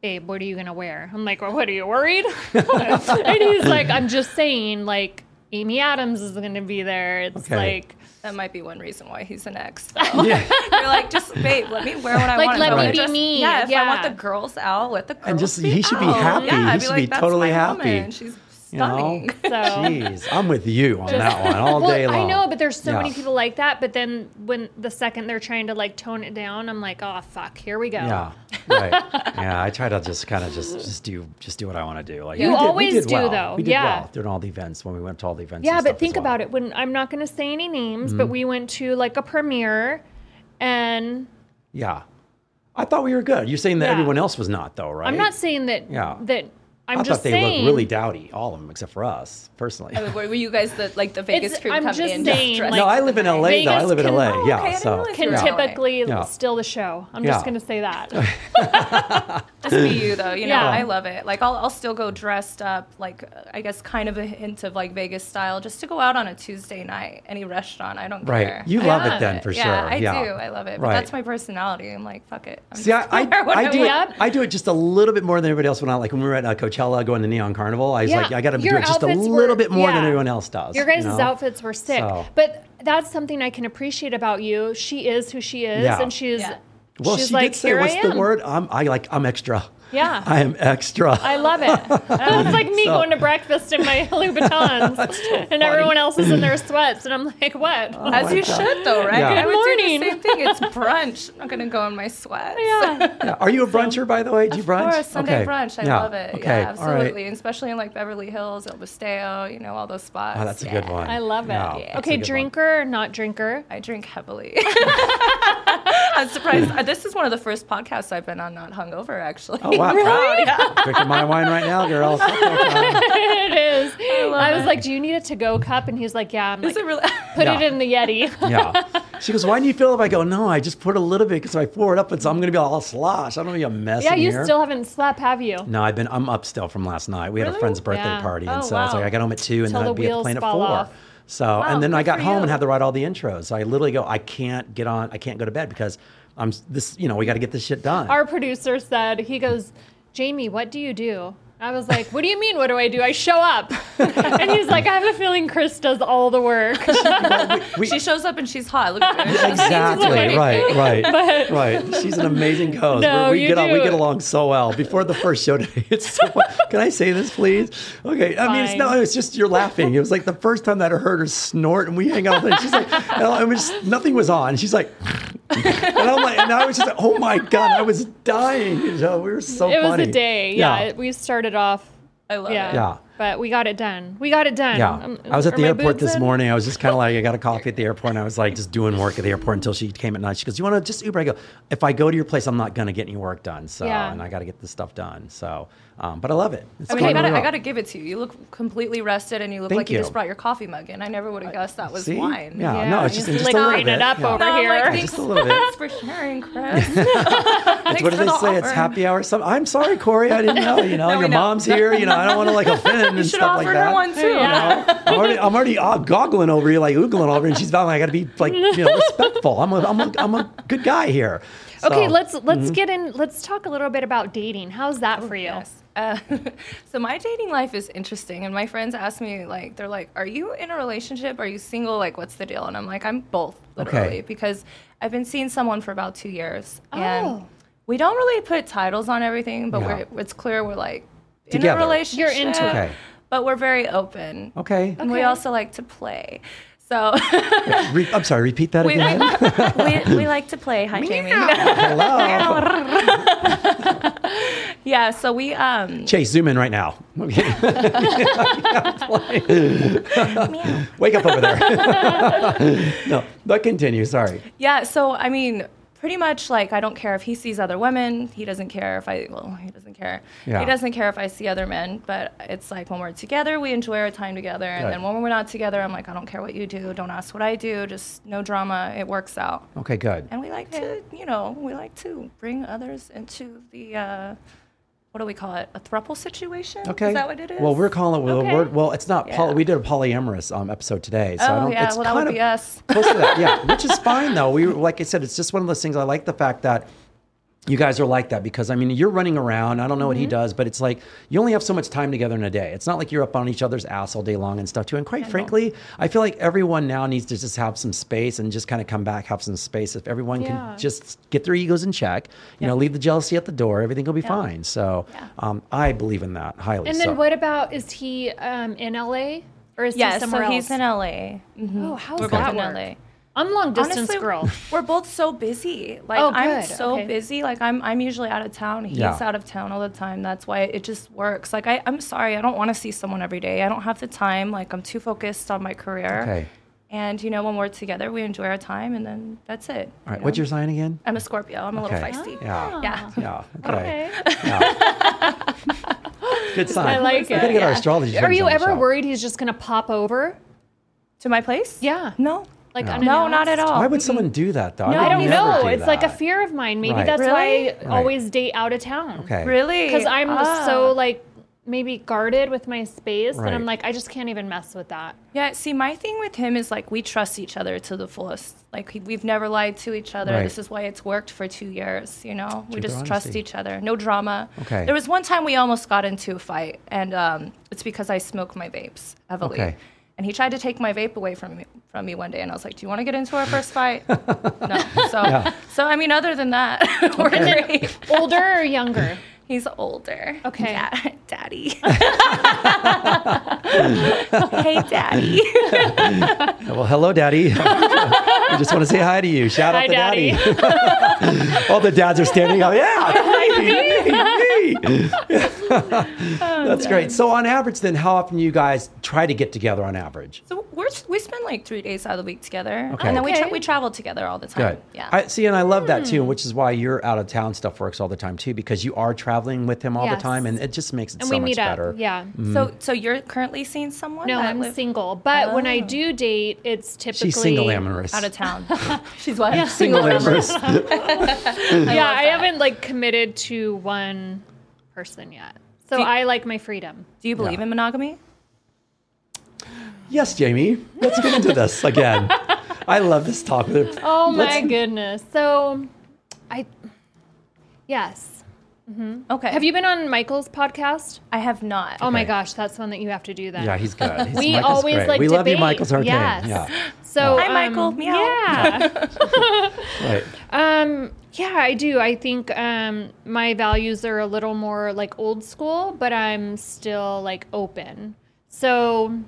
"Babe, what are you gonna wear?" I'm like, "Well, what are you worried?" [laughs] and he's like, "I'm just saying, like Amy Adams is gonna be there. It's Okay. like, That might be one reason why he's an ex. though. [laughs] You're like, just babe, let me wear what I Like, want. let If I me wanna be me. Yeah, if I want Yeah. the girls out, let the girls. And just- be he should be out. oh, happy. Yeah, He I'd should be be like, that's totally my happy. Woman. She's stunning. [laughs] You know? So- Jeez, I'm with you on that one all "Oh." [laughs] well, day long. I know, but there's so many Yeah. people like that. But then when the second they're trying to like tone it down, I'm like, oh fuck, here we go. Yeah. Right. yeah. I try to just kind of just just do just do what I want to do. Like You we did- we always did do, well. though. We did Yeah. well during all the events when we went to all the events. Yeah, and but think about it. about it. When I'm not going to say any names, Mm-hmm. but we went to like a premiere, and Yeah. I thought we were good. You're saying that Yeah. everyone else was not, though, right? I'm not saying that. Yeah. That I'm I just thought they saying. looked really dowdy, all of them except for us, personally. Were- Were you guys the like the Vegas It's- crew I'm come just in saying, just dressed? [laughs] like- no, I live in LA though. I Vegas live in can- LA. Oh, okay, yeah, I didn't so realize can Yeah. typically Yeah. steal the show. I'm Yeah. just going to [laughs] say that. just be you though. You know, Yeah. I love it. Like I'll I'll still go dressed up, like uh, I guess kind of a hint of like Vegas style, just to go out on a Tuesday night, any restaurant. I don't Right. care. You I love it love then, for yeah, sure. I Yeah. do. I love it. But Right. that's my personality. I'm like, fuck it. I'm See, I, [laughs] just I, gonna wear what I do it. want. want. I do it just a little bit more than everybody else. When I like when we were at uh, Coachella going to Neon Carnival, I was Yeah, like, I got to do your it just a outfits were- little bit more than yeah. everyone else does. Your guys' you know? outfits were sick. So- But that's something I can appreciate about you. She is who she is, Yeah. and she's Yeah. Well, she's she like, did say, here "What's I am. the word?" I'm, I like, I'm extra. Yeah. [laughs] I am extra. I love it. [laughs] It's like me So- going to breakfast in my [laughs] [laughs] Louboutins, and everyone else is in their sweats, and I'm like, what? Oh, As you should though, right? Yeah. I would Morning. do the same thing. It's brunch. I'm not gonna go in my sweats. yeah. Yeah. Are you a bruncher, by the way? Do you brunch? Or a Sunday Okay. brunch. I Yeah. love it. Okay. Yeah, All right. absolutely. And especially in like Beverly Hills, El Basteo, you know, all those spots. Oh, that's a Yeah. good one. [laughs] I love it. Yeah, that's a Okay, good one. drinker, or not [laughs] drinker. [laughs] I drink heavily. [laughs] I'm surprised. Uh, This is one of the first podcasts I've been on not hungover, actually. Oh [laughs] wow! Drinking my wine right now, girls. it is. I, was like, do you need a to-go cup? And he's like, yeah. I'm like, [laughs] Is it really? [laughs] put Yeah. it in the [laughs] Yeti. yeah. She goes, "Why do you feel?" If I go, "No, I just put a little bit because if I pour it up, it's I'm gonna be all slosh. I don't want to be a mess." [laughs] yeah, in you here." still haven't slept, have you? No, I've been. I'm up still from last night. We had a Really? friend's birthday Yeah. party, and Oh, so I was wow. like, I got home at two, and Till then the I'd be at the wheels plane at fall four. off. So, and then good I got for home and you. had to write all the intros. So I literally go, I can't get on. I can't go to bed because I'm s- this. You know, we got to get this shit done. Our producer said, he goes, Jamie, what do you do? I was like, what do you mean, what do I do? I show up. [laughs] and he's like, I have a feeling Chris does all the work. We- She shows up and she's hot. Look at her. [laughs] Exactly. Right. Right. [laughs] right. She's an amazing host. No, we you get al- we do. get along so well. Before the first show today, [laughs] it's so. can I say this, please? Okay. I mean, it's, no, Fine. it's just you're laughing. It was like the first time that I heard her snort, and we hang out. And she's like, and I was nothing was on. She's like, [laughs] and I'm like, and I was just like, oh my god, I was dying. You know, we were so. it was funny. a day. Yeah, it- we started off. I love Yeah. it. Yeah. But we got it done. We got it done. Yeah. Um, I was at are the my airport boobs this in? morning. I was just kind [laughs] of like, I got a coffee at the airport and I was like, just doing work at the airport until she came at night. She goes, You want to just Uber? I go, If I go to your place, I'm not going to get any work done. So, Yeah. and I got to get this stuff done. So, um, but I love it. It's I mean, I going gotta, well. I gotta give it to you. You look completely rested, and you look Thank like you. you. just brought your coffee mug in. I never would have guessed that was See? wine. [laughs] Yeah. Yeah, No, it's just, he's just a like little green bit. it up Yeah. over No, I'm here. like, Just thanks, a little bit. thanks for [laughs] sharing, Chris. Thanks What do they for the say? It's offer. happy hour. Some, I'm sorry, Corey. I didn't know. [laughs] You know, No, we your know. mom's here. You know, I don't want to [laughs] like offend and Should stuff offer like her that. one too. Yeah. I'm already, I'm already uh, goggling over you, like oogling over, and she's about like, I got to be like, you know, respectful. I'm a, I'm a, I'm a good guy here. [laughs] Okay, So- mm-hmm. let's let's get in. Let's talk a little bit about dating. How's that for you? Yes. Uh, [laughs] so my dating life is interesting, and my friends ask me like, they're like, "Are you in a relationship? Are you single? Like, what's the deal?" And I'm like, "I'm both, literally, Okay. because I've been seeing someone for about two years, and Oh. we don't really put titles on everything, but Yeah. we're, it's clear we're like Together. in a relationship. You're into it. Okay. but we're very open, Okay. and we Okay. also like to play. So [laughs] Re- I'm sorry, repeat that we, again. [laughs] we, we like to play. Hi, Jamie. Hello. [laughs] yeah, so we um. [laughs] Chase, zoom in right [laughs] now. Okay. meow. Wake up over [laughs] there. no, but continue. Sorry. Yeah, so I mean, pretty much like I don't care if he sees other women. He doesn't care if I well, he doesn't care. Yeah. He doesn't care if I see other men, but it's like when we're together, we enjoy our time together. And Good. then when we're not together, I'm like, I don't care what you do. Don't ask what I do. Just no drama. It works out. Okay, good. And we like to, you know, we like to bring others into the uh what do we call it? A thruple situation? Okay. Is that what it is? Well, we're calling it. Well, Okay. we're, well it's not. Poly, Yeah. we did a polyamorous um, episode today, so I Oh, don't. yeah, It's well, that would kind of be us. [laughs] Close to that, yeah. Which is fine though. We like I said, it's just one of those things. I like the fact that you guys are like that because I mean you're running around. I don't know what Mm-hmm. he does, but it's like you only have so much time together in a day. It's not like you're up on each other's ass all day long and stuff too. And quite frankly, I feel like everyone now needs to just have some space and just kind of come back, have some space. If everyone Yeah. can just get their egos in check, you know, leave the jealousy at the door, everything will be fine. So um, I believe in that highly. And then so. what about is he um, in LA or is Yeah, he so somewhere else? he's in LA. Mhm. Oh, how's We're that both in work? LA. I'm long distance Honestly, girl. We're both so busy. Like Oh, I'm good. so Okay. busy. Like I'm I'm usually out of town. He's Yeah. out of town all the time. That's why it just works. Like I, I'm sorry, I don't want to see someone every day. I don't have the time. Like I'm too focused on my career. Okay. And you know, when we're together we enjoy our time and then that's it. All right, what's your sign again? I'm a Scorpio. I'm a little Okay. feisty. Yeah. Yeah. Yeah. Okay. [laughs] Okay. [laughs] Yeah. Good sign. I like We gotta it, get our yeah. astrology. Are friends you on the ever show. worried he's just gonna pop over? To my place? Yeah. No. Like No. No, not at unannounced? all. Why would someone do that though? No, I would don't never know. do it's like a that. fear of mine. Maybe Right. that's Really? why I always date out of town. Okay. Really? Because I'm Ah. so like maybe guarded with my space, and Right. I'm like I just can't even mess with that. Yeah, see, my thing with him is like we trust each other to the fullest. Like he- we've never lied to each other. Right. This is why it's worked for two years. You know, we Truth or just trust honesty? each other. No drama. Okay. There was one time we almost got into a fight, and um, it's because I smoke my vapes heavily. Okay. And he tried to take my vape away from me, from me one day, and I was like, "Do you want to get into our first [laughs] fight?" no. So, so I mean, other than that, [laughs] we're great. Older or [laughs] younger? He's older. Okay. Da- daddy. [laughs] hey, daddy. Well, hello, Daddy. [laughs] I just want to say hi to you. Shout Hi, out to Daddy. [laughs] [laughs] All the dads are standing up. Yeah. me, me, [laughs] [laughs] me. Oh, That's great. So, on average, then, how often do you guys try to get together on average? So we're, we spend like three days out of the week together, Okay. and then we Okay. tra- we travel together all the time. Good. Yeah. I see, and I love that Hmm. too, which is why your out of town stuff works all the time too, because you are traveling with him all the Yes. time, and it just makes it And so we much meet better. up. Yeah. so Mm-hmm. so you're currently seeing someone? No, that I'm live Oh. single, but when I do date, it's typically She's single amorous. out [laughs] of town. She's what? Single amorous. yeah, I haven't like committed to one person yet. So Do you- I like my freedom. Do you believe Yeah. in monogamy? [laughs] yes, Jamie. Let's get into this [laughs] again. I love this talk. Oh my Let's- goodness. So I yes. Okay. Have you been on Michael's podcast? I have not. Oh my Okay. gosh, that's one that you have to do then. Yeah, he's [laughs] good. He's- we Michael's always great. like we debate. love you, Michael's our yes. [laughs] Yeah, So Hi, um, Michael. Meow. Yeah. right. Um, yeah, I do. I think um, my values are a little more like old school, but I'm still like open. So,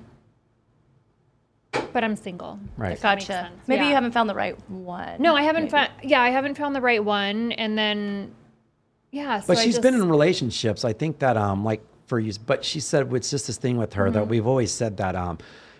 but I'm single. Right. Gotcha. sense. Maybe Yeah. you haven't found the right one. No, I haven't found. Yeah, I haven't found the right one. And then, yeah. So But I she's just, been in relationships. I think that um like for you, but she said it's just this thing with her Mm-hmm. that we've always said that um.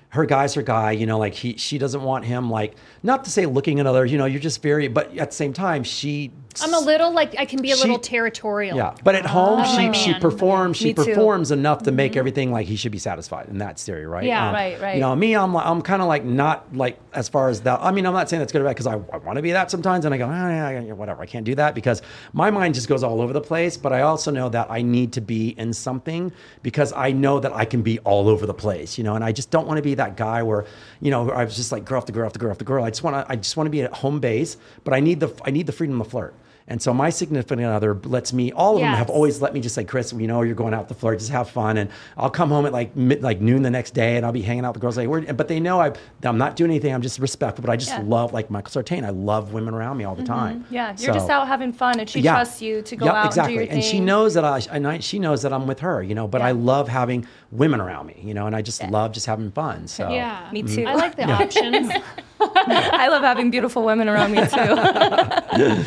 Her guy's her guy, you know. Like he, she doesn't want him. Like not to say looking at other, you know. You're just very, but at the same time, she. I'm a little like I can be a She- little territorial. Yeah, but at home, That's she my she man. Mm-hmm. performs. She Me too. performs enough to make everything like he should be satisfied in that theory, right? Um, Yeah. Right, You right. know, me, I'm like, I'm kind of like not like as far as that. I mean, I'm not saying that's good or bad because I, I want to be that sometimes, and I go, ah, yeah, yeah, whatever, I can't do that because my mind just goes all over the place. But I also know that I need to be in something because I know that I can be all over the place, you know, and I just don't want to be that guy where, you know, I was just like girl after girl after girl after girl. I just want to, I just want to be at home base, but I need the, I need the freedom to flirt. And so my significant other lets me. All of them have Yes. always let me just say, Chris, you know, you're going out the floor, just have fun, and I'll come home at like mid, like noon the next day, and I'll be hanging out with the girls. Like, we're, but they know I, I'm not doing anything. I'm just respectful. But I just Yeah. Mm-hmm. love like Michael Sartain. I love women around me all the time. Yeah, So- you're just out having fun, and she yeah. trusts you to go Yep, out exactly. and do your thing. she [laughs] knows that I, and I, she knows that I'm with her, you know. But I love having women around me, you know, and I just love just having fun. So Yeah. Oh, Mm-hmm. Me too. I like [laughs] the options. I love having beautiful women around me [laughs] too.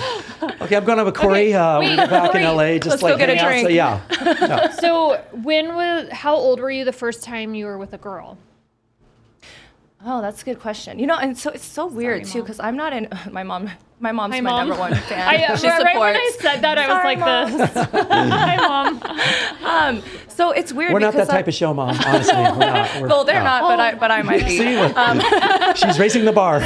okay, I'm going to have a Corey. uh, when we get back [laughs] in LA, just Let's go like get a hang out. So drink. yeah. [laughs] so, when was how old were you the first time you were with a girl? Oh, that's a good question. You know, and so it's so weird too Mom. because I'm not in [laughs] my mom. My mom's Hi, my Mom. number one [laughs] fan. I, uh, she right, supports. right when I said that, I was Sorry, like [laughs] this. Hi, mom. um, so it's weird. We're not because that type I, of show, Mom. Honestly, we're [laughs] not. We're, Well, they're no. not, Um, but Oh. I but I might [laughs] be. See, look, [laughs] she's raising the bar.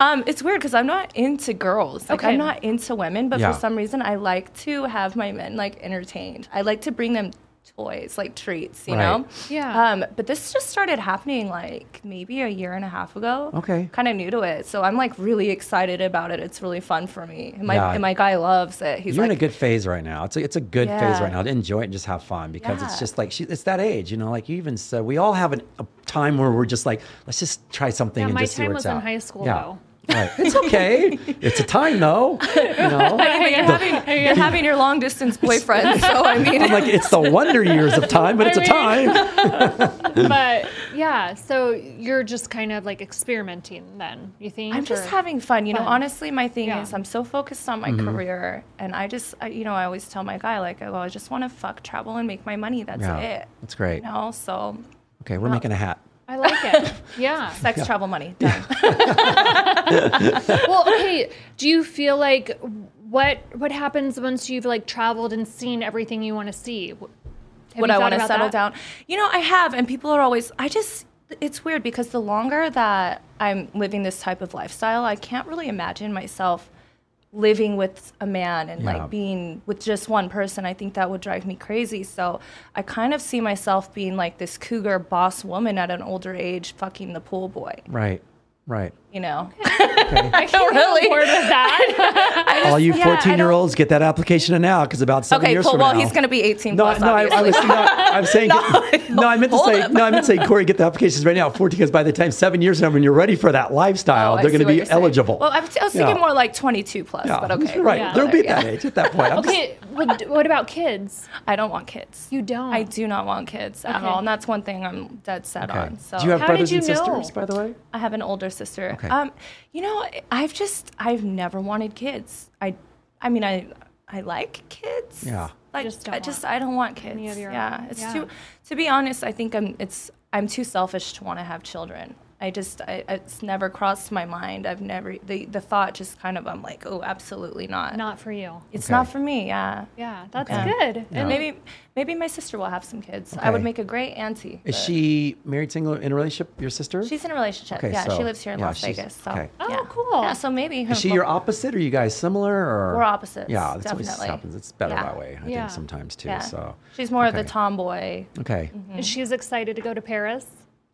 Um, it's weird because I'm not into girls. Like, Okay. I'm not into women, but Yeah. for some reason, I like to have my men like entertained. I like to bring them toys, like treats, you Right. know? Yeah. Um, but this just started happening like maybe a year and a half ago. Okay. Kind of new to it. So I'm like really excited about it. It's really fun for me. And my, Yeah. and my guy loves it. He's You're like, in a good phase right now. It's a, it's a good phase Yeah. right now. to Enjoy it and just have fun because it's Yeah. just like she, it's that age, you know. Like you even said, we all have an, a time where we're just like, let's just try something Yeah, and my just see time what's was in out. high school, though. [laughs] Right. It's [laughs] okay. it's a time though. You know, But you're, having, [laughs] you're having your long distance boyfriend. so I mean, I'm like it's the wonder years of time, but it's a I mean- time. but yeah, so you're just kind of like experimenting then, you think? I'm just or- having fun. You know, fun. honestly, my thing Yeah. is I'm so focused on my Mm-hmm. career, and I just, I, you know, I always tell my guy like, oh, I just want to fuck, travel, and make my money. That's Yeah, it. that's great. You know, so Okay, we're making a hat. I like [laughs] it. Yeah. sex, travel, money. Done. well, okay. Do you feel like what what happens once you've like traveled and seen everything you want to see? Have Would you I thought want to about settle that? down? You know, I have, and people are always. I just, it's weird because the longer that I'm living this type of lifestyle, I can't really imagine myself living with a man and Yeah. like being with just one person. I think that would drive me crazy. So I kind of see myself being like this cougar boss woman at an older age, fucking the pool boy. Right. Right. You know, I can't really. really. [laughs] Word with that. All you yeah, I 14 year olds, get that application in now because about seven okay, years cool. from Well, now. he's gonna be 18 No, plus. no, I, I obviously. was. No, I'm [laughs] saying. no, I meant to hold say. up. No, I meant to say, Corey, get the applications right now. Fourteen, because by the time seven years from now, when you're ready for that lifestyle, Oh, I they're going see to what be you're saying. eligible. Well, I was, I was thinking Yeah. more like 22 plus, Yeah, but okay. you're right. Yeah. They'll be at Yeah. that age at that point. I'm just- okay. Well, d- what about kids? I don't want kids. You don't. I do not want kids at Oh. Okay. all, and that's one thing I'm dead set okay. on. So Do you have How did brothers you and sisters, know? by the way? I have an older sister. Okay. Um, you know, I've just I've never wanted kids. I, I mean, I I like kids. Yeah. Like Just don't I just want I don't want kids. of your own. yeah. It's Yeah. too. To be honest, I think I'm. It's I'm too selfish to want to have children. I just I, it's never crossed my mind. I've never the the thought just kind of I'm like oh absolutely not. Not for you. It's Okay. not for me. Yeah. Yeah, that's Yeah. good. And maybe maybe my sister will have some kids. I Okay. would make a great auntie. Is but- she married, single, in a relationship? Your sister? She's in a relationship. Okay, yeah, so- she lives here in yeah, Las she's- Vegas. So, okay. Oh, yeah. cool. Yeah, so maybe her Is she your opposite? Are you guys similar? Or We're opposites, Yeah, that's always definitely. happens. It's better Yeah. that way, I Yeah. think, sometimes too. Yeah. Mm-hmm. So She's more of Okay. the tomboy. [laughs] okay, And she's excited to go to Paris.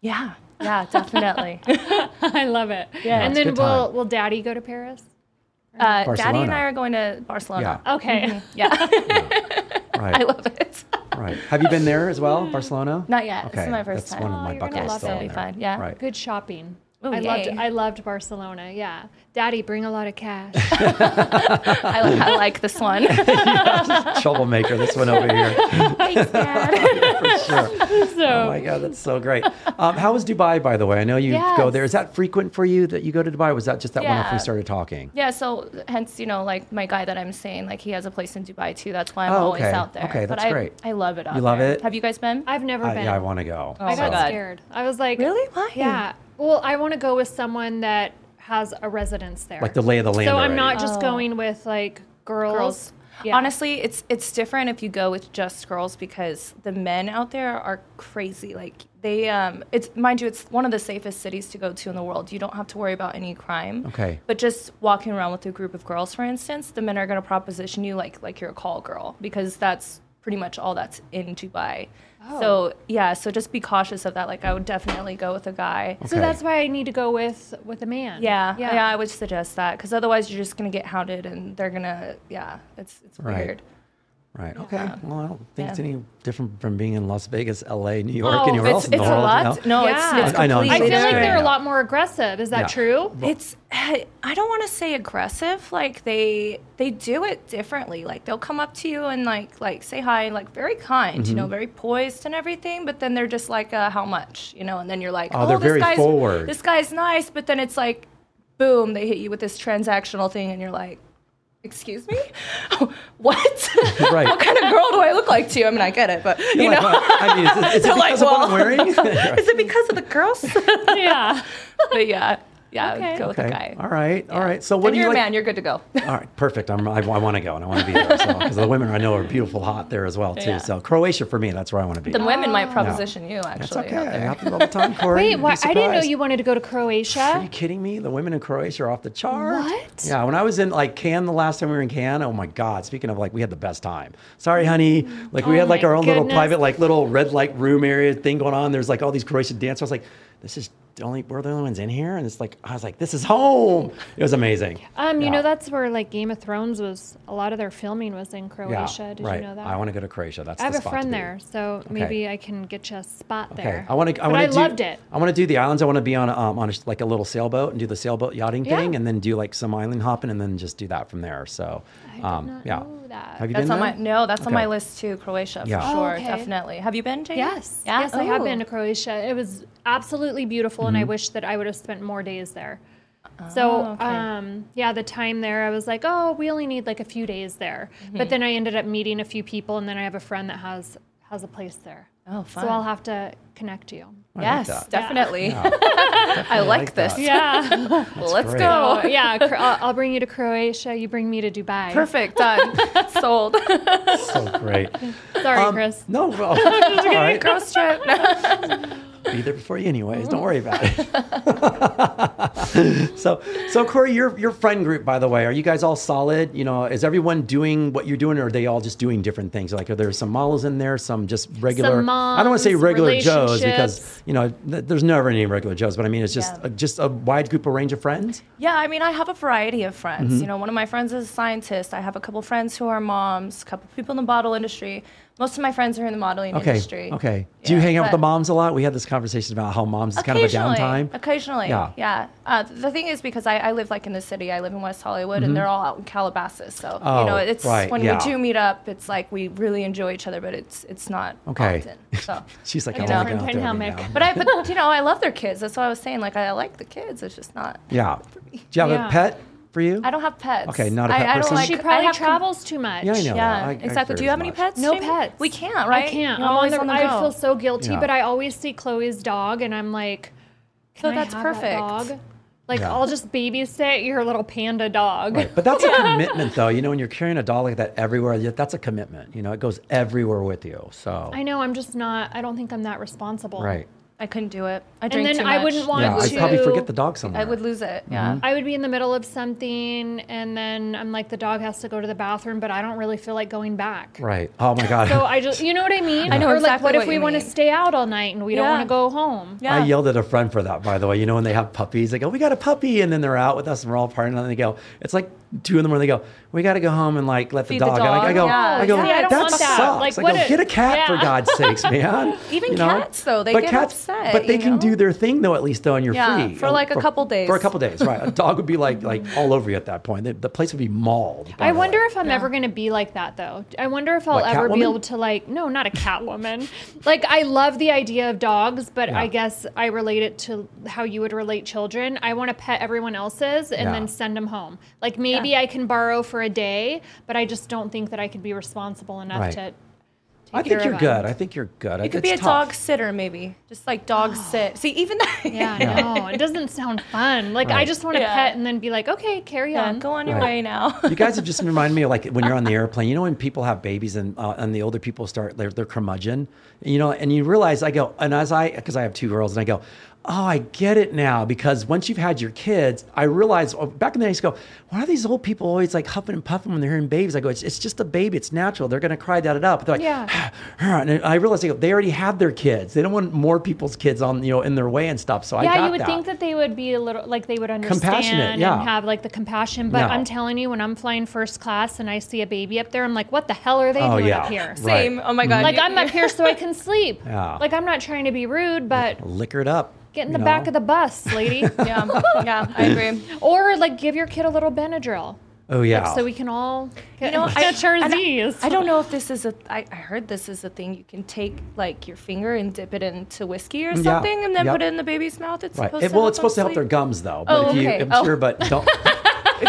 Yeah. Yeah, [laughs] definitely. I love it. Yeah. And It's a then good time. will will Daddy go to Paris? Uh, Daddy Barcelona. and I are going to yeah, Barcelona. Okay. [laughs] Yeah. right, [laughs] I love it. [laughs] right. Have you been there as well, Barcelona? Not yet. Okay, This is my first that's time. one Oh, of my you're gonna bucket love lists. it. down It'll be there. fun, yeah. right. Good shopping. Ooh, I loved yay. I loved Barcelona. Yeah. Daddy, bring a lot of cash. [laughs] I, li- [laughs] I like this one. Troublemaker, this one over here. [laughs] Thanks, Dad. for sure. Oh my God, that's so great. Um, how was Dubai, by the way? I know you go Yes. there. Is that frequent for you that you go to Dubai? Was that just that one off we Yeah. started talking? Yeah, so hence, you know, like my guy that I'm saying, like he has a place in Dubai too. That's why I'm Oh, always okay. out there. Okay, but that's I, great. I love it out You love there. it? Have you guys been? I've never I, been. yeah, I want to go. Oh I my got God. scared. I was like, Really? Why? Yeah. Well, I want to go with someone that has a residence there. Like the lay of the land So I'm already. not just Oh. going with like girls. girls. Yeah. Honestly, it's it's different if you go with just girls because the men out there are crazy. Like they, um, it's mind you, it's one of the safest cities to go to in the world. You don't have to worry about any crime. Okay. But just walking around with a group of girls, for instance, the men are going to proposition you like like you're a call girl because that's pretty much all that's in Dubai. So yeah, so just be cautious of that. Like I would definitely go with a guy. So Okay. that's why I need to go with with a man. Yeah, Yeah. yeah, I would suggest that because otherwise you're just gonna get hounded and they're gonna, yeah, it's it's Right. weird. Right. Okay. Well, I don't think it's Yeah. any different from being in Las Vegas, LA, New York, Oh, anywhere it's else in the it's a world. you lot. know? No, Yeah. it's it's I know, completely I feel like Yeah. different. they're a lot more aggressive. Is that Yeah. true? [laughs] It's I don't want to say aggressive. Like they they do it differently. Like they'll come up to you and like like say hi and like very kind. You know, Mm-hmm. very poised and everything. But then they're just like, uh, how much? You know, and then you're like, Oh, oh, they're this very guy's forward. this guy's nice. But then it's like, boom, they hit you with this transactional thing, and you're like. Excuse me? [laughs] what? [laughs] Right. what kind of girl do I look like to you? I mean, I get it, but you You're know, [laughs] like, well, I mean, is it, is it because [laughs] They're [laughs] like, of what I'm well- [laughs] wearing? is it because of the girls? yeah. [laughs] but yeah, Yeah, I Okay. would go with Okay. a guy. All right. All right. So what and do you you're like? a man, you're good to go. [laughs] All right, perfect. I'm, I, want to go and I want to be there because the women I know are beautiful, hot there as well too. Yeah. So Croatia for me, that's where I want to be. the women might proposition you actually. That's okay. out It there. happens all the [laughs] time, Corey. Wait, You'd be why, I didn't know surprised. you wanted to go to Are you Croatia. kidding me? The women in Croatia are off the chart. What? Yeah, when I was in like Cannes the last time we were in Cannes, oh my God, speaking of like, we had the best time. Sorry, honey. Like, we Oh had like my our own little goodness. private, like little red light room area thing going on. There's like all these Croatian dancers. I was like, this is the only, we're the only ones in here. And it's like, I was like, this is home. It was amazing. Um, you Yeah. know that's where like Game of Thrones was. A lot of their filming was in Croatia. Did right. you know that? I want to go to Croatia. That's I have the a spot friend to be. there, so maybe I can get you a spot there. I want to. I But want I to. loved it. I want to do the islands. I want to be on um, on a, sh- like a little sailboat and do the sailboat yachting Yeah. thing, and then do like some island hopping, and then just do that from there. So, did um, not yeah. know that. Have you That's been on there? my no. That's on Okay. my list too. Croatia for Yeah. Oh, sure, okay. definitely. Have you been, Jane? Yes. Yeah? Yes, I have Ooh. been to Croatia. It was absolutely beautiful, and I Mm-hmm. wish that I would have spent more days there. So, okay. um, yeah, the time there, I was like, oh, we only need like a few days there. But then I ended up meeting a few people, and then I have a friend that has has a place there. Oh, So I'll fun. have to connect [laughs] you. I like Yes, that. definitely. [laughs] I like that. this. Yeah. Let's great. go. oh, yeah. Cro- I'll, I'll bring you to Croatia. You bring me to Dubai. [laughs] [laughs] Perfect. Done. Sold. [laughs] So Oh, great. Sorry, Um, Chris. No. [laughs] Well, all right. Gross trip. Be there before you, anyways. Don't worry about it. so, so Corey, your your friend group, by the way, are you guys all solid? You know, is everyone doing what you're doing, or are they all just doing different things? Like, are there some models in there, some just regular? I don't want to say moms, regular Joes because relationships. you know th- there's never any regular Joes, but I mean it's just Yeah. a, just a wide group of range of friends. Yeah, I mean, I have a variety of friends. Mm-hmm. You know, one of my friends is a scientist. I have a couple friends who are moms, a couple people in the bottle industry. Most of my friends are in the modeling Okay, industry. okay. Do you Yeah, hang out with the but- moms a lot? We had this conversation about how moms is kind of a downtime. Occasionally, Yeah. yeah. Uh, the thing is, because I, I live like in the city, I live in West Hollywood, and they're all out in Calabasas. So Mm-hmm. Oh, you know, it's right, when yeah. we do meet up, it's like we really enjoy each other, but it's it's not Okay. often. [laughs] So She's like, I You want to know, get out there. every Oppenheimer. now and but I but you know, I love their kids. That's what I was saying. Like I like the kids. It's just not. Yeah. Do you have a Yeah. pet for you? I don't have pets. Okay, not a I- pet I don't person? like- She I probably have com- travels too much. Yeah, I know. Yeah, I- I exactly. figured Do you as have any much. pets? No Jamie? pets. We can't, right? I can't. You're I'm on always the, on the I go. feel so guilty, Yeah. but I always see Chloe's dog, and I'm like, can No, I that's have perfect. That dog? Like, Yeah. I'll just babysit your little panda dog. Right. But that's a commitment, though. You know, when you're carrying a doll like that everywhere, yeah, that's a commitment. You know, it goes everywhere with you. So, I know. I'm just not. I don't think I'm that responsible. right. I couldn't do it. I And drink then too I much. wouldn't want Yeah, I'd to. probably Mm-hmm. forget the dog somewhere. I would lose it. Yeah. I would be in the middle of something, and then I'm like, the dog has to go to the bathroom, but I don't really feel like going back. Right. Oh my God. So I just, you know what I mean? I know or like, exactly what, what if we you want to mean. stay out all night and we don't Yeah. want to go home? Yeah. I yelled at a friend for that, by the way. You know, when they have puppies, they go, "We got a puppy," and then they're out with us, and we're all partying, and they go, "It's like two in the morning." They go, "We got to go home and like let the Feed the dog." out." I, I dog, go, yeah. "I go, See, I that don't want sucks." that. Like, I what go, a- "Get a cat for yeah. God's [laughs] sakes, man." Even cats, though, they but get cats, upset, but they you can know? do their thing though. At least though, and you're Yeah, free for, like, a couple days. For a couple days, right? [laughs] A dog would be like like all over you at that point. The, the place would be mauled. by I the way. wonder if I'm ever going to be like that though. I wonder if I'll What, ever Catwoman? be able to like no, not a cat woman. like I love the idea of dogs, but Yeah. I guess I relate it to how you would relate children. I want to pet everyone else's and Yeah. then send them home. Like maybe I can borrow for a day, but I just don't think that I could be responsible enough Right. to take I think care you're of good. 'em. I think you're good. It could be a dog sitter, maybe. Just [gasps] like dog sit. See, even that. Yeah, I know. It doesn't sound fun. Like I Right. just want to Yeah. pet and then be like, okay, carry [laughs] Yeah, on. go on your Right. [laughs] way now. [laughs] You guys have just reminded me of like when you're on the airplane. You know when people have babies and uh, and the older people start they're, they're curmudgeon. You know, and you realize I go and as I because I have two girls and I go, oh, I get it now because once you've had your kids, I realize oh, back in the day I used to go, why are these old people always like huffing and puffing when they're hearing babies? I go, it's, it's just a baby. It's natural. They're gonna cry that it up. They're like, Yeah. and I realize they, go, they already had their kids. They don't want more people's kids on you know in their way and stuff. So I yeah, got you would that. think that they would be a little like they would understand yeah. and have like the compassion. But No. I'm telling you, when I'm flying first class and I see a baby up there, I'm like, what the hell are they Oh, doing yeah. up here? Right. Same. Oh my God. Like you- I'm up here so [laughs] I can sleep. Yeah. Like I'm not trying to be rude, but liquor it up. get in you the know? back of the bus, [laughs] lady. [laughs] Yeah, yeah, I agree. or like give your kid a little Benadryl. Oh yeah. So we can all get know, I- catch our and Z's. I don't know if this is a. I, I heard this is a thing you can take like your finger and dip it into whiskey or something, and then yep. put it in the baby's mouth. It's Right. supposed It- to well, it's them supposed to help their sleep. gums, though. Oh, if you, okay. [laughs] I'm Oh. sure, but don't.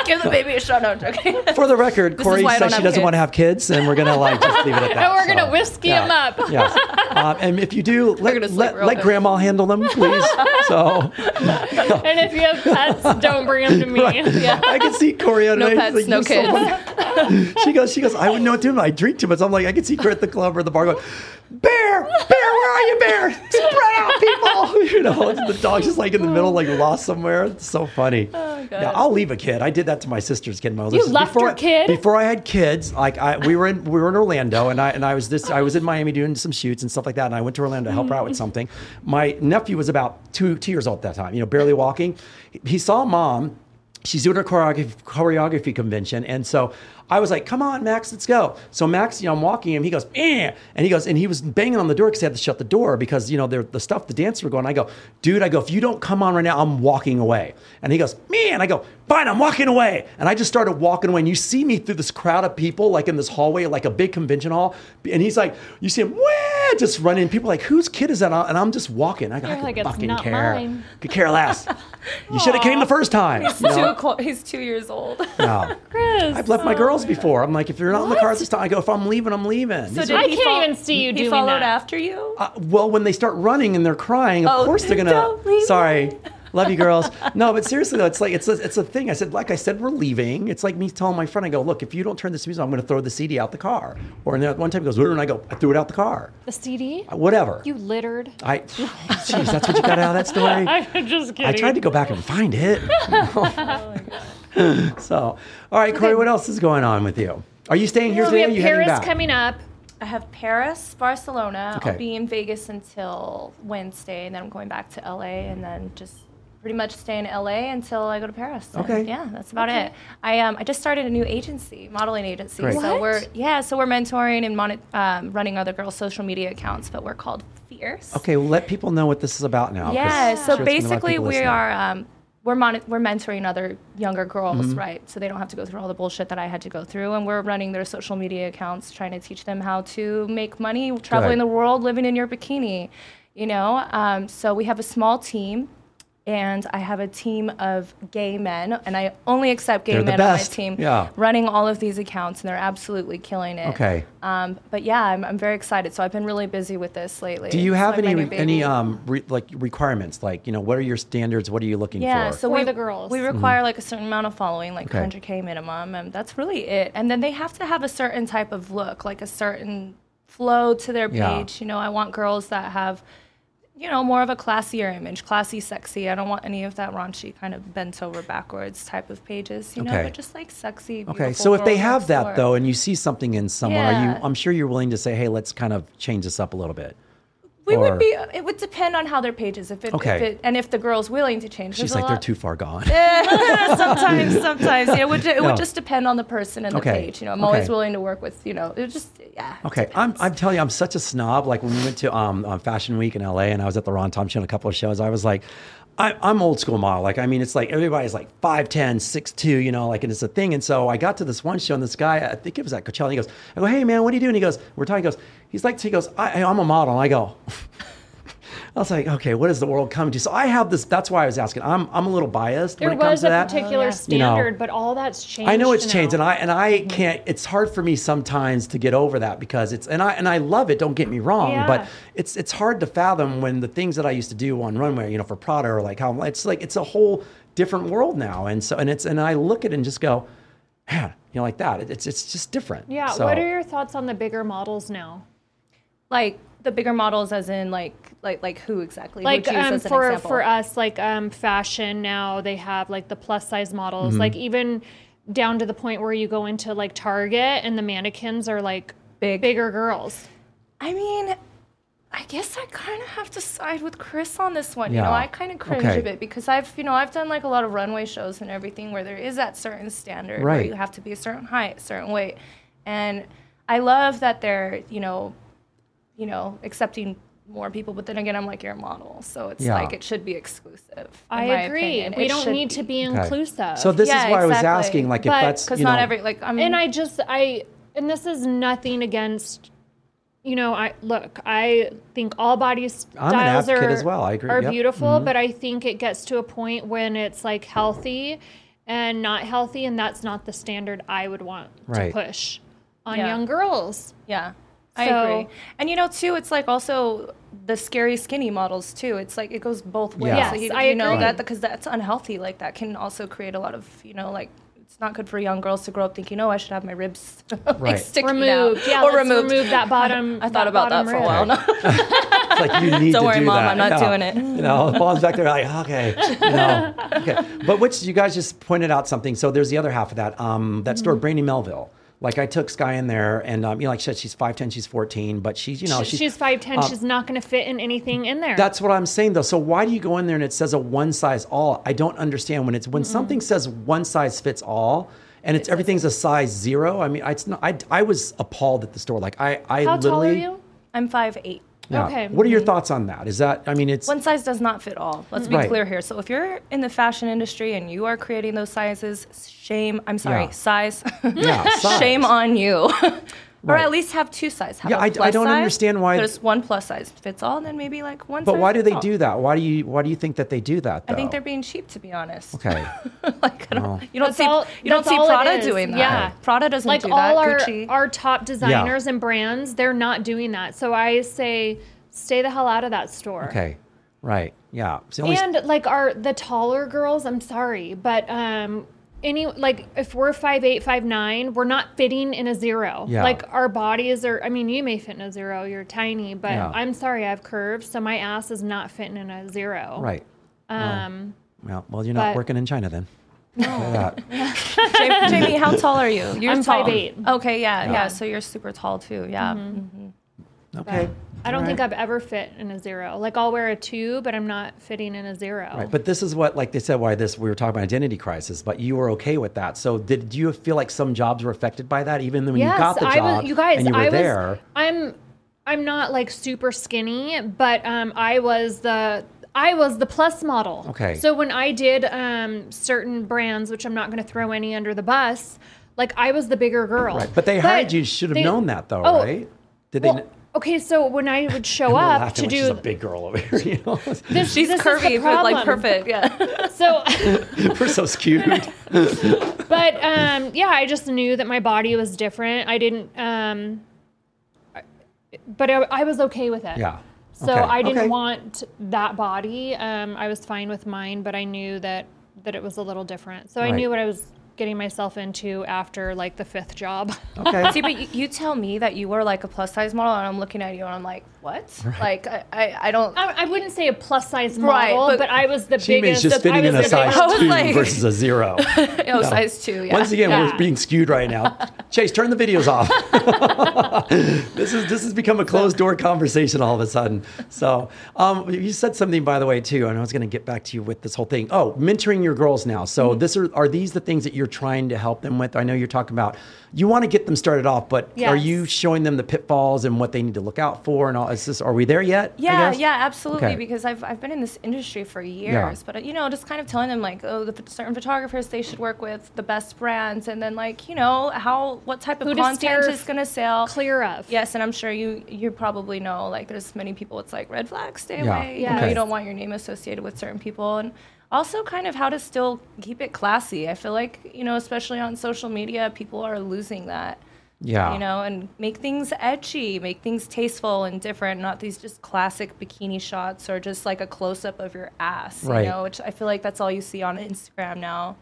Give the baby a shot. No, I'm joking. [laughs] For the record, is Corey why I says don't she have doesn't want to kids. have kids, and we're gonna like just leave it [laughs] at that. we're gonna whiskey 'em up. Yes. Um, and if you [laughs] do, let, gonna sleep let, real let good. grandma handle them, [laughs] please. So and if you have [laughs] pets, don't bring them to me. [laughs] Yeah. I can see Corey on No my- pets, like, no you're so kids. funny. [laughs] she goes, she goes. I wouldn't know what to do. I drink too much. I'm like, I can see her at the club or the bar going, bear, bear, where are you, bear? Spread out, people. [laughs] You know, and the dog's just like in the middle, like lost somewhere. It's so funny. yeah, I'll leave a kid. I did that to my sister's kid. My older Oh, You sister. left your kid? before I had kids. Like I, we were in we were in Orlando, and I and I was this. I was in Miami doing some shoots and stuff like that. And I went to Orlando to help her out with something. My nephew was about two two years old at that time. You know, barely walking. He- He saw mom she's doing her choreography, choreography convention. And so I was like, come on, Max, let's go. So Max, you know, I'm walking him. He goes, eh. And he goes, and he was banging on the door because he had to shut the door because, you know, they're- the stuff, the dancers were going. I go, dude, I go, if you don't come on right now, I'm walking away. And he goes, man. I go, fine, I'm walking away. And I just started walking away. And you see me through this crowd of people, like in this hallway, like a big convention hall. And he's like, you see him, Wah! just running. People are like, whose kid is that? And I'm just walking. I go, I You're could like, "It's fucking not care. mine." Could care [laughs] less. you should have came the first time. He's, You know? two, clo- he's two years old. No. Chris, I've left my girls before. I'm like, if you're not in the car at this time, I go, if I'm leaving, I'm leaving. These are- I can't even see you he doing followed that. after you? uh, well, when they start running and they're crying, of Oh, course [laughs] they're gonna. don't leave sorry. me. Love you, girls. No, but seriously though, it's like it's a, it's a thing. I said, like I said, we're leaving. It's like me telling my friend, I go, look, if you don't turn this music, on, I'm going to throw the CD out the car. Or and then one time he goes, "Where?" and I go, I threw it out the car. the CD. Whatever. You littered. I, jeez, that's what you got out of that [laughs] story. [laughs] I'm just kidding. I tried to go back and find it. Oh, [laughs] so, all right, Corey, what else is going on with you? Are you staying here So we today? or have are you heading Paris back? coming up. I have Paris, Barcelona. Okay. I'll be in Vegas until Wednesday, and then I'm going back to LA, and then just pretty much stay in LA until I go to Paris. And Okay. yeah, that's about it. I um I just started a new agency, modeling agency. Great. So What? we're yeah, so we're mentoring and mon- um, running other girls' social media accounts, but we're called Fierce. Okay, well, let people know what this is about now. 'cause Yeah. I'm sure So it's been a lot of basically, people we listening. are um, we're mon- we're mentoring other younger girls, Mm-hmm. right? So they don't have to go through all the bullshit that I had to go through, and we're running their social media accounts, trying to teach them how to make money traveling Good. the world, living in your bikini. You know, um, so we have a small team. And I have a team of gay men, and I only accept gay They're the men on my best. team. Yeah. Running all of these accounts, and they're absolutely killing it. Okay. Um, but yeah, I'm, I'm very excited. So I've been really busy with this lately. Do you have It's my any baby re- any baby. um re- like requirements? Like you know, what are your standards? What are you looking Yeah, for? so For we the girls. we require like a certain amount of following, like Mm-hmm. Okay. 100k minimum, and that's really it. And then they have to have a certain type of look, like a certain flow to their Yeah. page. You know, I want girls that have, you know, more of a classier image, classy, sexy. I don't want any of that raunchy kind of bent over backwards type of pages. You Okay. know, but just like sexy. okay, beautiful so if they girls have next that door. though, and you see something in someone, are Yeah. you? I'm sure you're willing to say, hey, let's kind of change this up a little bit. we or- would be. It would depend on how their pages. If it, if Okay. it and if the girl's willing to change. She's There's a like, they're lot- too far gone. sometimes, [laughs] sometimes. It would, ju- it No. would just depend on the person and the Okay. page. You know, I'm Okay. always willing to work with, you know, it just, yeah. it Okay, I'm, depends. I'm telling you, I'm such a snob. Like when we went to um, uh, Fashion Week in LA, and I was at the Ron Thompson a couple of shows, I was like, I, I'm old school model. Like, I mean, it's like everybody's like 5'10, 6'2, you know, like, and it's a thing. And so I got to this one show, and this guy, I think it was at Coachella, and he goes, I go, hey, man, what are you doing? He goes, we're talking, he goes, he's like, he goes, I, I'm a model. And I go, [laughs] I was like, okay, what is the world coming to? So I have this, that's why I was asking. I'm, I'm a little biased There when it comes was to a that. Oh, particular You know, standard, but all that's changed. I know it's now. changed, and I and I Mm-hmm. can't. It's hard for me sometimes to get over that because it's and I and I love it. Don't get me wrong, Yeah. but it's it's hard to fathom when the things that I used to do on runway, you know, for Prada or like how it's like it's a whole different world now, and so and it's and I look at it and just go, man, you know, like that. It- It's it's just different. Yeah. So- What are your thoughts on the bigger models now? like the bigger models as in like, like, like who exactly? Who'd Like you use um, as an for example? for us, like um, fashion now they have like the plus size models, Mm-hmm. like even down to the point where you go into like Target and the mannequins are like Big. bigger girls. I mean, I guess I kind of have to side with Chris on this one. You Yeah. know, I kind of cringe Okay. a bit because I've, you know, I've done like a lot of runway shows and everything where there is that certain standard where Right. you have to be a certain height, certain weight, and I love that they're, you know, you know, accepting more people. But then again, I'm like, you're a model, so it's Yeah. like it should be exclusive. I agree. We don't need to be Okay. inclusive. So this Yeah, is why I was exactly. asking, like, if But- that's because you not know- every like I mean, Mm-hmm. and I just I and this is nothing against you know I look I think all body I'm an styles are advocate as well. I agree. are Yep. Mm-hmm. beautiful, but I think it gets to a point when it's like healthy and not healthy, and that's not the standard I would want Right. to push on Yeah. young girls. Yeah. So- I agree. And you know, too, it's like also the scary skinny models too. It's like it goes both ways. Yeah. Like, Yes, you, I you know agree. that because that's unhealthy. Like that can also create a lot of you know like it's not good for young girls to grow up thinking, oh, I should have my ribs [laughs] like, Right. sticking Removed, out yeah, or let's removed. remove that bottom. [laughs] I thought about that bottom for a rib. while. No. It's like you need Don't to worry, do Mom, that. I'm not doing it. You know, Paul's back there like, okay, you know, okay. But which you guys just pointed out something. So there's the other half of that. Um, that Mm-hmm. store, Brandy Melville. Like I took Sky in there, and um, you know, like I said, she's five ten, she's fourteen, but she's you know, She- she's five ten. she's not going to fit in anything in there. That's what I'm saying though. So why do you go in there and it says a one size all? I don't understand when it's when Mm-hmm. something says one size fits all and it's everything's a size zero. I mean, it's not. I, I was appalled at the store. Like I I How tall are literally. you? [laughs] I'm five eight. Yeah. Okay. What are your thoughts on that? Is that I mean, it's Mm-hmm. One size does not fit all. Let's be Right. clear here. So if you're in the fashion industry and you are creating those sizes, shame. I'm sorry, Yeah. size. [laughs] yeah, size. Shame on you. [laughs] or Right. at least have two sizes. Have Yeah, a I- I plus don't size. understand why- There's one plus size fits all, and then maybe like one But size why do fits they all. do that? Why do you why do you think that they do that? Though? I think they're being cheap, to be honest. okay. [laughs] like I don't, you don't That's see all- you don't that's see all it Prada is. doing that. Yeah. Prada doesn't like do all that. our [laughs] Gucci. [laughs] our top designers and brands, they're not doing that. So I say, stay the hell out of that store. Okay, right? Yeah. It's the only- And like our the taller girls, I'm sorry, but um any like if we're five eight, five nine, we're not fitting in a zero. Yeah. Like our bodies are I mean, you may fit in a zero, you're tiny, but Yeah. I'm sorry, I have curves, so my ass is not fitting in a zero. right. Um Well, well, you're not But- working in China then. No. [laughs] Ja- Jamie, how tall are you? You're I'm tall. 5'8". Okay, yeah, yeah, So you're super tall too. Yeah. Mm-hmm. Okay. I don't All think right. I've ever fit in a zero. Like I'll wear a two, but I'm not fitting in a zero. Right, But this is what, like they said, why this we were talking about identity crisis, but you were okay with that. So did you feel like some jobs were affected by that, even when you got the job I was, you guys, and you were I was, there? I'm, I'm not like super skinny, but um, I was the. I was the plus model. Okay. So when I did um, certain brands, which I'm not going to throw any under the bus, like I was the bigger girl. Right, But they hired you. Should have they- known that though, oh, right? Did Well, they? kn- okay, so when I [laughs] would show We're up laughing to like she's do a big girl over here. [laughs] You [laughs] know, this, She's this is the curvy, but like problem. perfect. Yeah. So we're so skewed. [laughs] but um, yeah, I just knew that my body was different. I didn't, um, I- but I, I was okay with it. Yeah. So Okay. I didn't Okay. want that body. Um, I was fine with mine, but I knew that that it was a little different. So I Right. knew what I was getting myself into after like the fifth job. Okay. [laughs] See, but you, you tell me that you were like a plus size model, and I'm looking at you, and I'm like, what? Like, I, I, [laughs] I [laughs] don't. I, I wouldn't say a plus size Right, model, but- but, I was the She means biggest. just [laughs] I fitting was in a the size biggest- was two like- versus a zero. Oh, size two. [laughs] Yeah. Once again, Yeah. we're being skewed right [laughs] now. Chase, turn the videos off. [laughs] this is this has become a closed door conversation all of a sudden. So um, you said something by the way too, and I was going to get back to you with this whole thing. Oh, mentoring your girls now. So Mm-hmm. this are are these the things that you're trying to help them with? I know you're talking about you want to get them started off, but are Yes. you showing them the pitfalls and what they need to look out for and all? Is this are we there yet? I Yeah, guess? yeah, absolutely. Okay. Because I've, I've been in this industry for years, but uh, you know, just kind of telling them like, oh, the ph- certain photographers they should work with, the best brands, and then like, you know, how what type of Who to content steer is going to sell. clear of. Yes, and I'm sure you you probably know like there's many people it's like red flags, stay Yeah, away. You know, okay. you don't want your name associated with certain people, and also kind of how to still keep it classy. I feel like you know, especially on social media, people are losing that yeah. you know, and make things edgy, make things tasteful and different, not these just classic bikini shots or just like a close up of your ass, Right. you know, which I feel like that's all you see on Instagram now.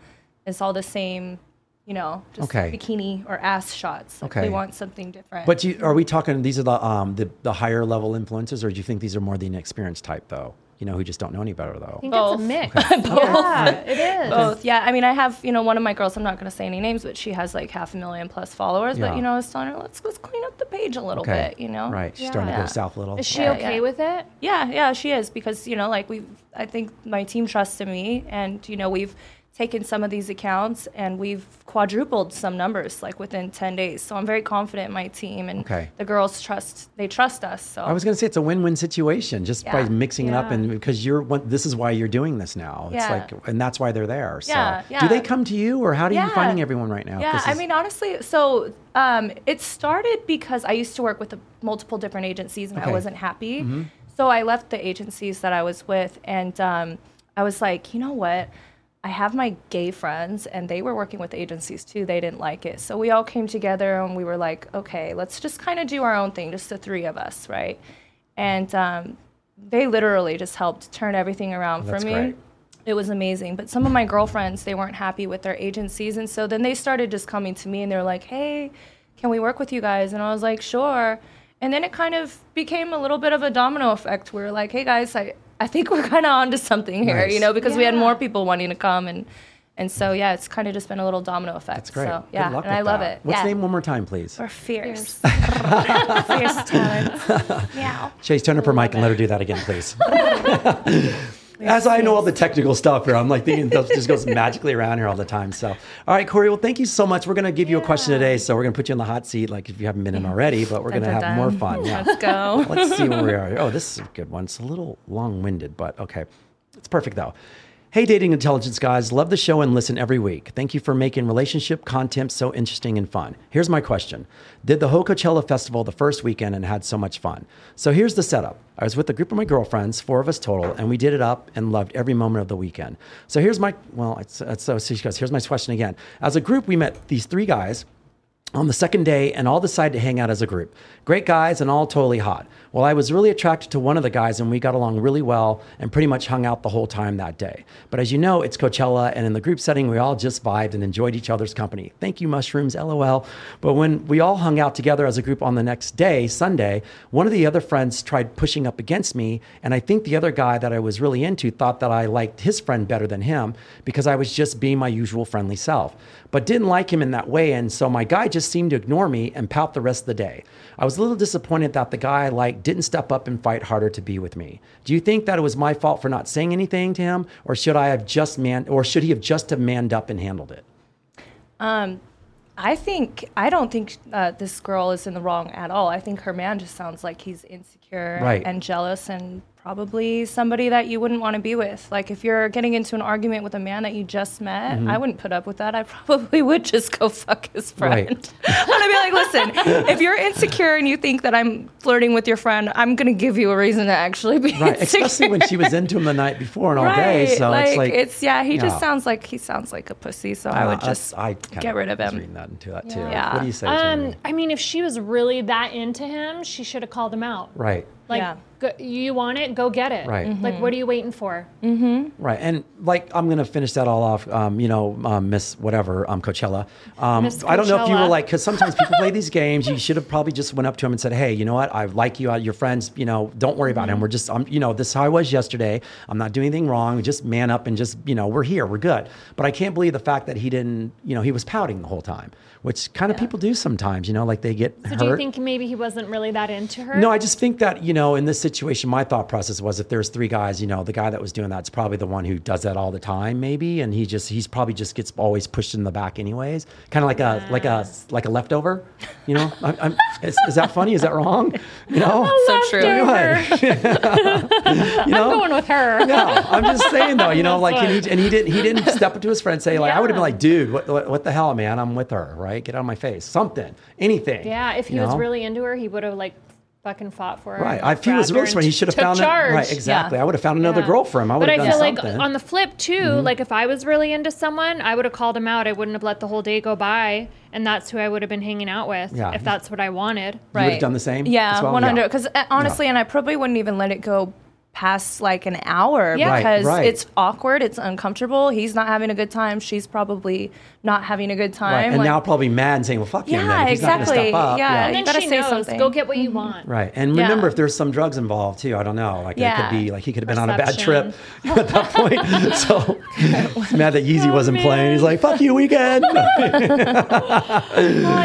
It's all the same, you know, just Okay. bikini or ass shots. Like Okay. They want something different. [laughs] But do you, are we talking? These are the um the, the higher level influencers, or do you think these are more the inexperienced type though? You know, who just don't know any better though. I think Both. it's a [laughs] mix. Yeah, it is. both. Yeah, I mean, I have you know one of my girls. I'm not going to say any names, but she has like half a million plus followers. Yeah. But you know, I was telling her let's let's clean up the page a little bit. You know, right? She's starting to Yeah. go south a little. Is she Yeah, okay yeah. with it? Yeah, yeah, she is because you know, like we, have I think my team trusts in me, and you know, we've taken some of these accounts and we've quadrupled some numbers like within ten days. So I'm very confident in my team and Okay. the girls trust. They trust us. So I was going to say it's a win-win situation just by Yeah. mixing it up, Yeah. and because you're one, this is why you're doing this now. It's Yeah. like, and that's why they're there. So, Yeah, do they yeah. come to you, or how do you Yeah. finding everyone right now? Yeah, This I is- mean, honestly, so um, it started because I used to work with a, multiple different agencies and Okay. Mm-hmm. I wasn't happy. So I left the agencies that I was with and um, I was like, you know what? I have my gay friends, and they were working with agencies too. They didn't like it. So we all came together and we were like, okay, let's just kind of do our own thing, just the three of us, right? And um, they literally just helped turn everything around That's for me. great. It was amazing. But some of my girlfriends, they weren't happy with their agencies. And so then they started just coming to me and they're like, hey, can we work with you guys? And I was like, sure. And then it kind of became a little bit of a domino effect. We were like, hey guys, I, I think we're kind of onto something here, Nice. you know, because we had Yeah. more people wanting to come. And, and so, yeah, it's kind of just been a little domino effect. That's great. So, Good yeah, luck and I with love that. it. What's yeah. name one more time, please? [laughs] Or fierce. [laughs] fierce talent. Yeah. Chase, turn up her mic and let her do that again, please. [laughs] As I know all the technical stuff here, I'm like thinking stuff just goes magically around here all the time. So, all right, Corey, well, thank you so much. We're going to give you a question today. So, we're going to put you in the hot seat, like if you haven't been in already, but we're going to Dun, have dun, more dun. fun. Yeah. [laughs] [laughs] Let's go. Let's see where we are. Oh, this is a good one. It's a little long winded, but okay. It's perfect though. Hey, dating intelligence guys, love the show and listen every week. Thank you for making relationship content so interesting and fun. Here's my question Did the whole Coachella Festival the first weekend and had so much fun? So here's the setup I was with a group of my girlfriends, four of us total, and we did it up and loved every moment of the weekend. So here's my, well, it's, it's, so she goes, here's my question again. As a group, we met these three guys on the second day and all decided to hang out as a group. Great guys and all totally hot. Well, I was really attracted to one of the guys and we got along really well and pretty much hung out the whole time that day. But as you know, it's Coachella and in the group setting, we all just vibed and enjoyed each other's company. Thank you, mushrooms, lol. But when we all hung out together as a group on the next day, Sunday, one of the other friends tried pushing up against me. And I think the other guy that I was really into thought that I liked his friend better than him because I was just being my usual friendly self, but didn't like him in that way. And so my guy just seemed to ignore me and pout the rest of the day. I was a little disappointed that the guy I liked didn't step up and fight harder to be with me. Do you think that it was my fault for not saying anything to him, or should I have just man, or should he have just have manned up and handled it? I think I don't think uh, this girl is in the wrong at all. I think her man just sounds like he's insecure Right. and jealous and probably somebody that you wouldn't want to be with. Like if you're getting into an argument with a man that you just met, Mm-hmm. I wouldn't put up with that. I [laughs] probably would just go fuck his friend. Right. [laughs] I'm gonna be like, listen, if you're insecure and you think that I'm flirting with your friend, I'm gonna give you a reason to actually be Right, insecure. especially when she [laughs] was into him the night before and all day. So like, it's like yeah. He just Yeah. sounds like he sounds like a pussy. So I uh, would just I kinda get rid of was him. Reading that into that too. Yeah. What do you say? Um, Jamie? I mean, if she was really that into him, she should have called him out. Right. Like, Yeah. Mm-hmm. go, you want it, go get it. Right. Mhm. Like, what are you waiting for? Right, and like I'm gonna finish that all off. Um, you know, um, Miss whatever, um, Coachella. Um, Miss I don't know if you were Coachella. like, because sometimes people play [laughs] these games. You should have probably just went up to him and said, "Hey, you know what? I like you. uh, Your friends. You know, don't worry Mm-hmm. about him. We're just, um, you know, this is how I was yesterday. I'm not doing anything wrong. Just man up and just, you know, we're here. We're good." But I can't believe the fact that he didn't. You know, he was pouting the whole time, which kind of people do sometimes. You know, like they get So hurt. do you think maybe he wasn't really that into her? No, I just think that, you know, in this situation, my thought process was if there's three guys, you know, the guy that was doing that's probably the one who does that all the time, maybe. And he just, he's probably just gets always pushed in the back anyways. Kind of like a, like a, like a leftover, you know, I'm, I'm, is, is that funny? Is that wrong? You [laughs] know, so [laughs] true. Anyway, you know, I'm going with her. yeah, I'm just saying though, you know, like and he, fine. and he didn't he didn't step up to his friend and say like I would have been Yeah. like, dude, what, what what the hell, man? I'm with her, right? Get out of my face, something, anything. Yeah, if he you was know? really into her, he would have like fucking fought for her. Right. and If he was grabbed her rich, and when he t- should have took found charge. it. Right. Exactly. I would have found another Yeah. girl for him. I would But have I done feel like something. Mm-hmm. on the flip too, like if I was really into someone, I would have called him out. I wouldn't have let the whole day go by, and that's who I would have been hanging out with Yeah. if that's what I wanted. You would've done the same Yeah, as well? 100. Yeah. Because uh, honestly, and I probably wouldn't even let it go past like an hour Yeah. Right, because right. it's awkward, it's uncomfortable. He's not having a good time. She's probably not having a good time. right. And like- now probably mad and saying, well, fuck him. Yeah, Then. If He's not going to exactly. step up. Yeah. And You then gotta she say knows, something. Mm-hmm. go get what you want. Right. And Yeah. remember, if there's some drugs involved too, I don't know. Like it Yeah. could be like he could have been on a bad trip [laughs] Perception. at that point. [laughs] so he's mad that Yeezy Oh, wasn't playing. He's man. like, fuck you, [laughs] weekend. Well,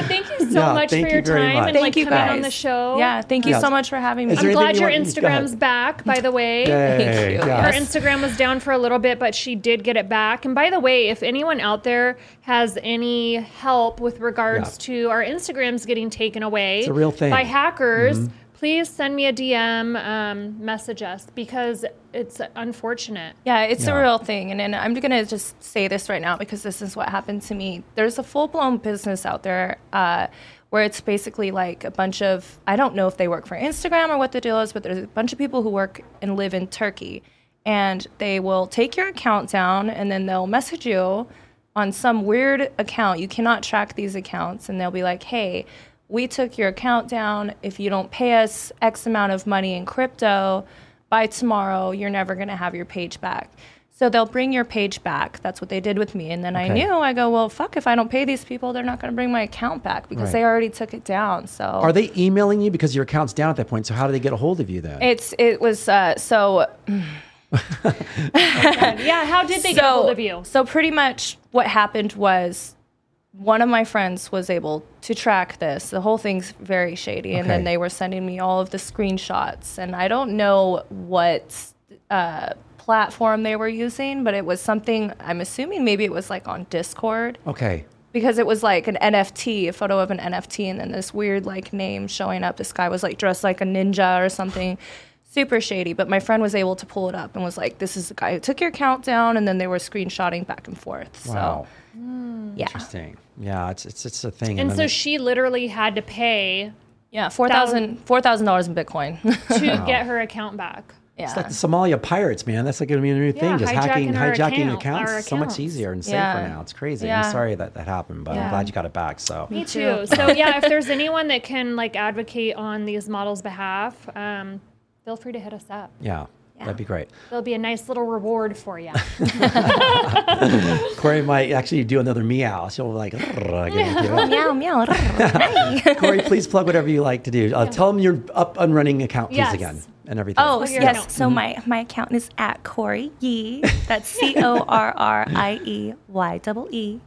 thank you so Yeah, much for thank your you very time much. and thank like you coming guys on the show. Yeah, thank you Yes. so much for having me. Is there I'm anything glad you your want- go ahead. Instagram's back, by the way. Yay, you. yes. Her Instagram was down for a little bit, but she did get it back. And by the way, if anyone out there has any help with regards Yeah. to our Instagrams getting taken away, a real thing. Mm-hmm. by hackers. Please send me a DM, um, message us because it's unfortunate. Yeah, it's Yeah. a real thing. And, and I'm going to just say this right now because this is what happened to me. There's a full blown business out there uh, where it's basically like a bunch of, I don't know if they work for Instagram or what the deal is, but there's a bunch of people who work and live in Turkey. and they will take your account down and then they'll message you on some weird account. You cannot track these accounts, and they'll be like, hey, we took your account down. If you don't pay us X amount of money in crypto by tomorrow, you're never going to have your page back. So they'll bring your page back. That's what they did with me. And then I Okay. knew, I go, well, fuck, if I don't pay these people, they're not going to bring my account back because Right. they already took it down. So Are they emailing you because your account's down at that point? So how do they get a hold of you then? it's, it was, uh, so Yeah, how did they get hold of you? So pretty much what happened was one of my friends was able to track this. The whole thing's very shady, and Okay. then they were sending me all of the screenshots, and I don't know what uh, platform they were using, but it was something. I'm assuming maybe it was like on Discord okay. because it was like an NFT, a photo of an NFT, and then this weird like name showing up. This guy was like dressed like a ninja or something, super shady. But my friend was able to pull it up and was like, "This is the guy who took your count down," and then they were screenshotting back and forth. Wow. So yeah, Interesting. Yeah, it's it's it's a thing. And then so it- she literally had to pay yeah, four thousand four thousand dollars in Bitcoin. [laughs] to get her account back. it's like yeah, the Somalia pirates, man. That's like going to be a new thing. Yeah, Just hacking, hijacking our hijacking account- accounts. our is so much accounts. easier and safer Yeah. now. It's crazy. I'm Yeah. sorry that that happened, but I'm Yeah. glad you got it back. So Me too. So yeah, if there's anyone that can like advocate on these models' behalf, um, feel free to hit us up. yeah, that'd be great. There'll be a nice little reward for [laughs] you. Corey might actually do another meow. She'll be like, "Grr," give it- [laughs] meow meow. Hey. Corey, please plug whatever you like to do. Uh, Tell them your up and running account, please, Yes. again, and everything. Oh Plug your account. yes, so my my account is at Corey Yee. That's C O R R I E Y double E,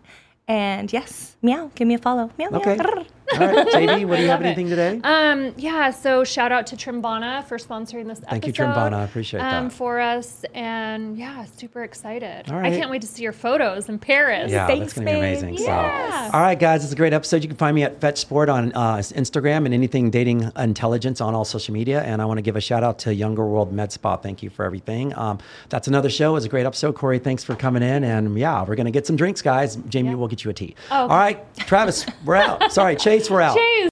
and yes, meow. Give me a follow. Meow meow. okay. All right, JD, what do you have anything today? Um, yeah, so shout out to Trimbana for sponsoring this Thank you, episode. Trimbana. I appreciate um, that. For us, and yeah, super excited. All I right. can't wait to see your photos in Paris. Yeah, that's Thanks, going to be babe. amazing. Yes. So, all right, guys, it's a great episode. You can find me at Fetch Sport on uh, Instagram and anything dating intelligence on all social media. And I want to give a shout out to Younger World Med Spa. Thank you for everything. Um, that's another show. It was a great episode. Corey, thanks for coming in. And yeah, we're going to get some drinks, guys. Jamie, we'll get you a tea. Oh, okay. All right, Travis, we're out. Sorry, Chase, we're out. Chase.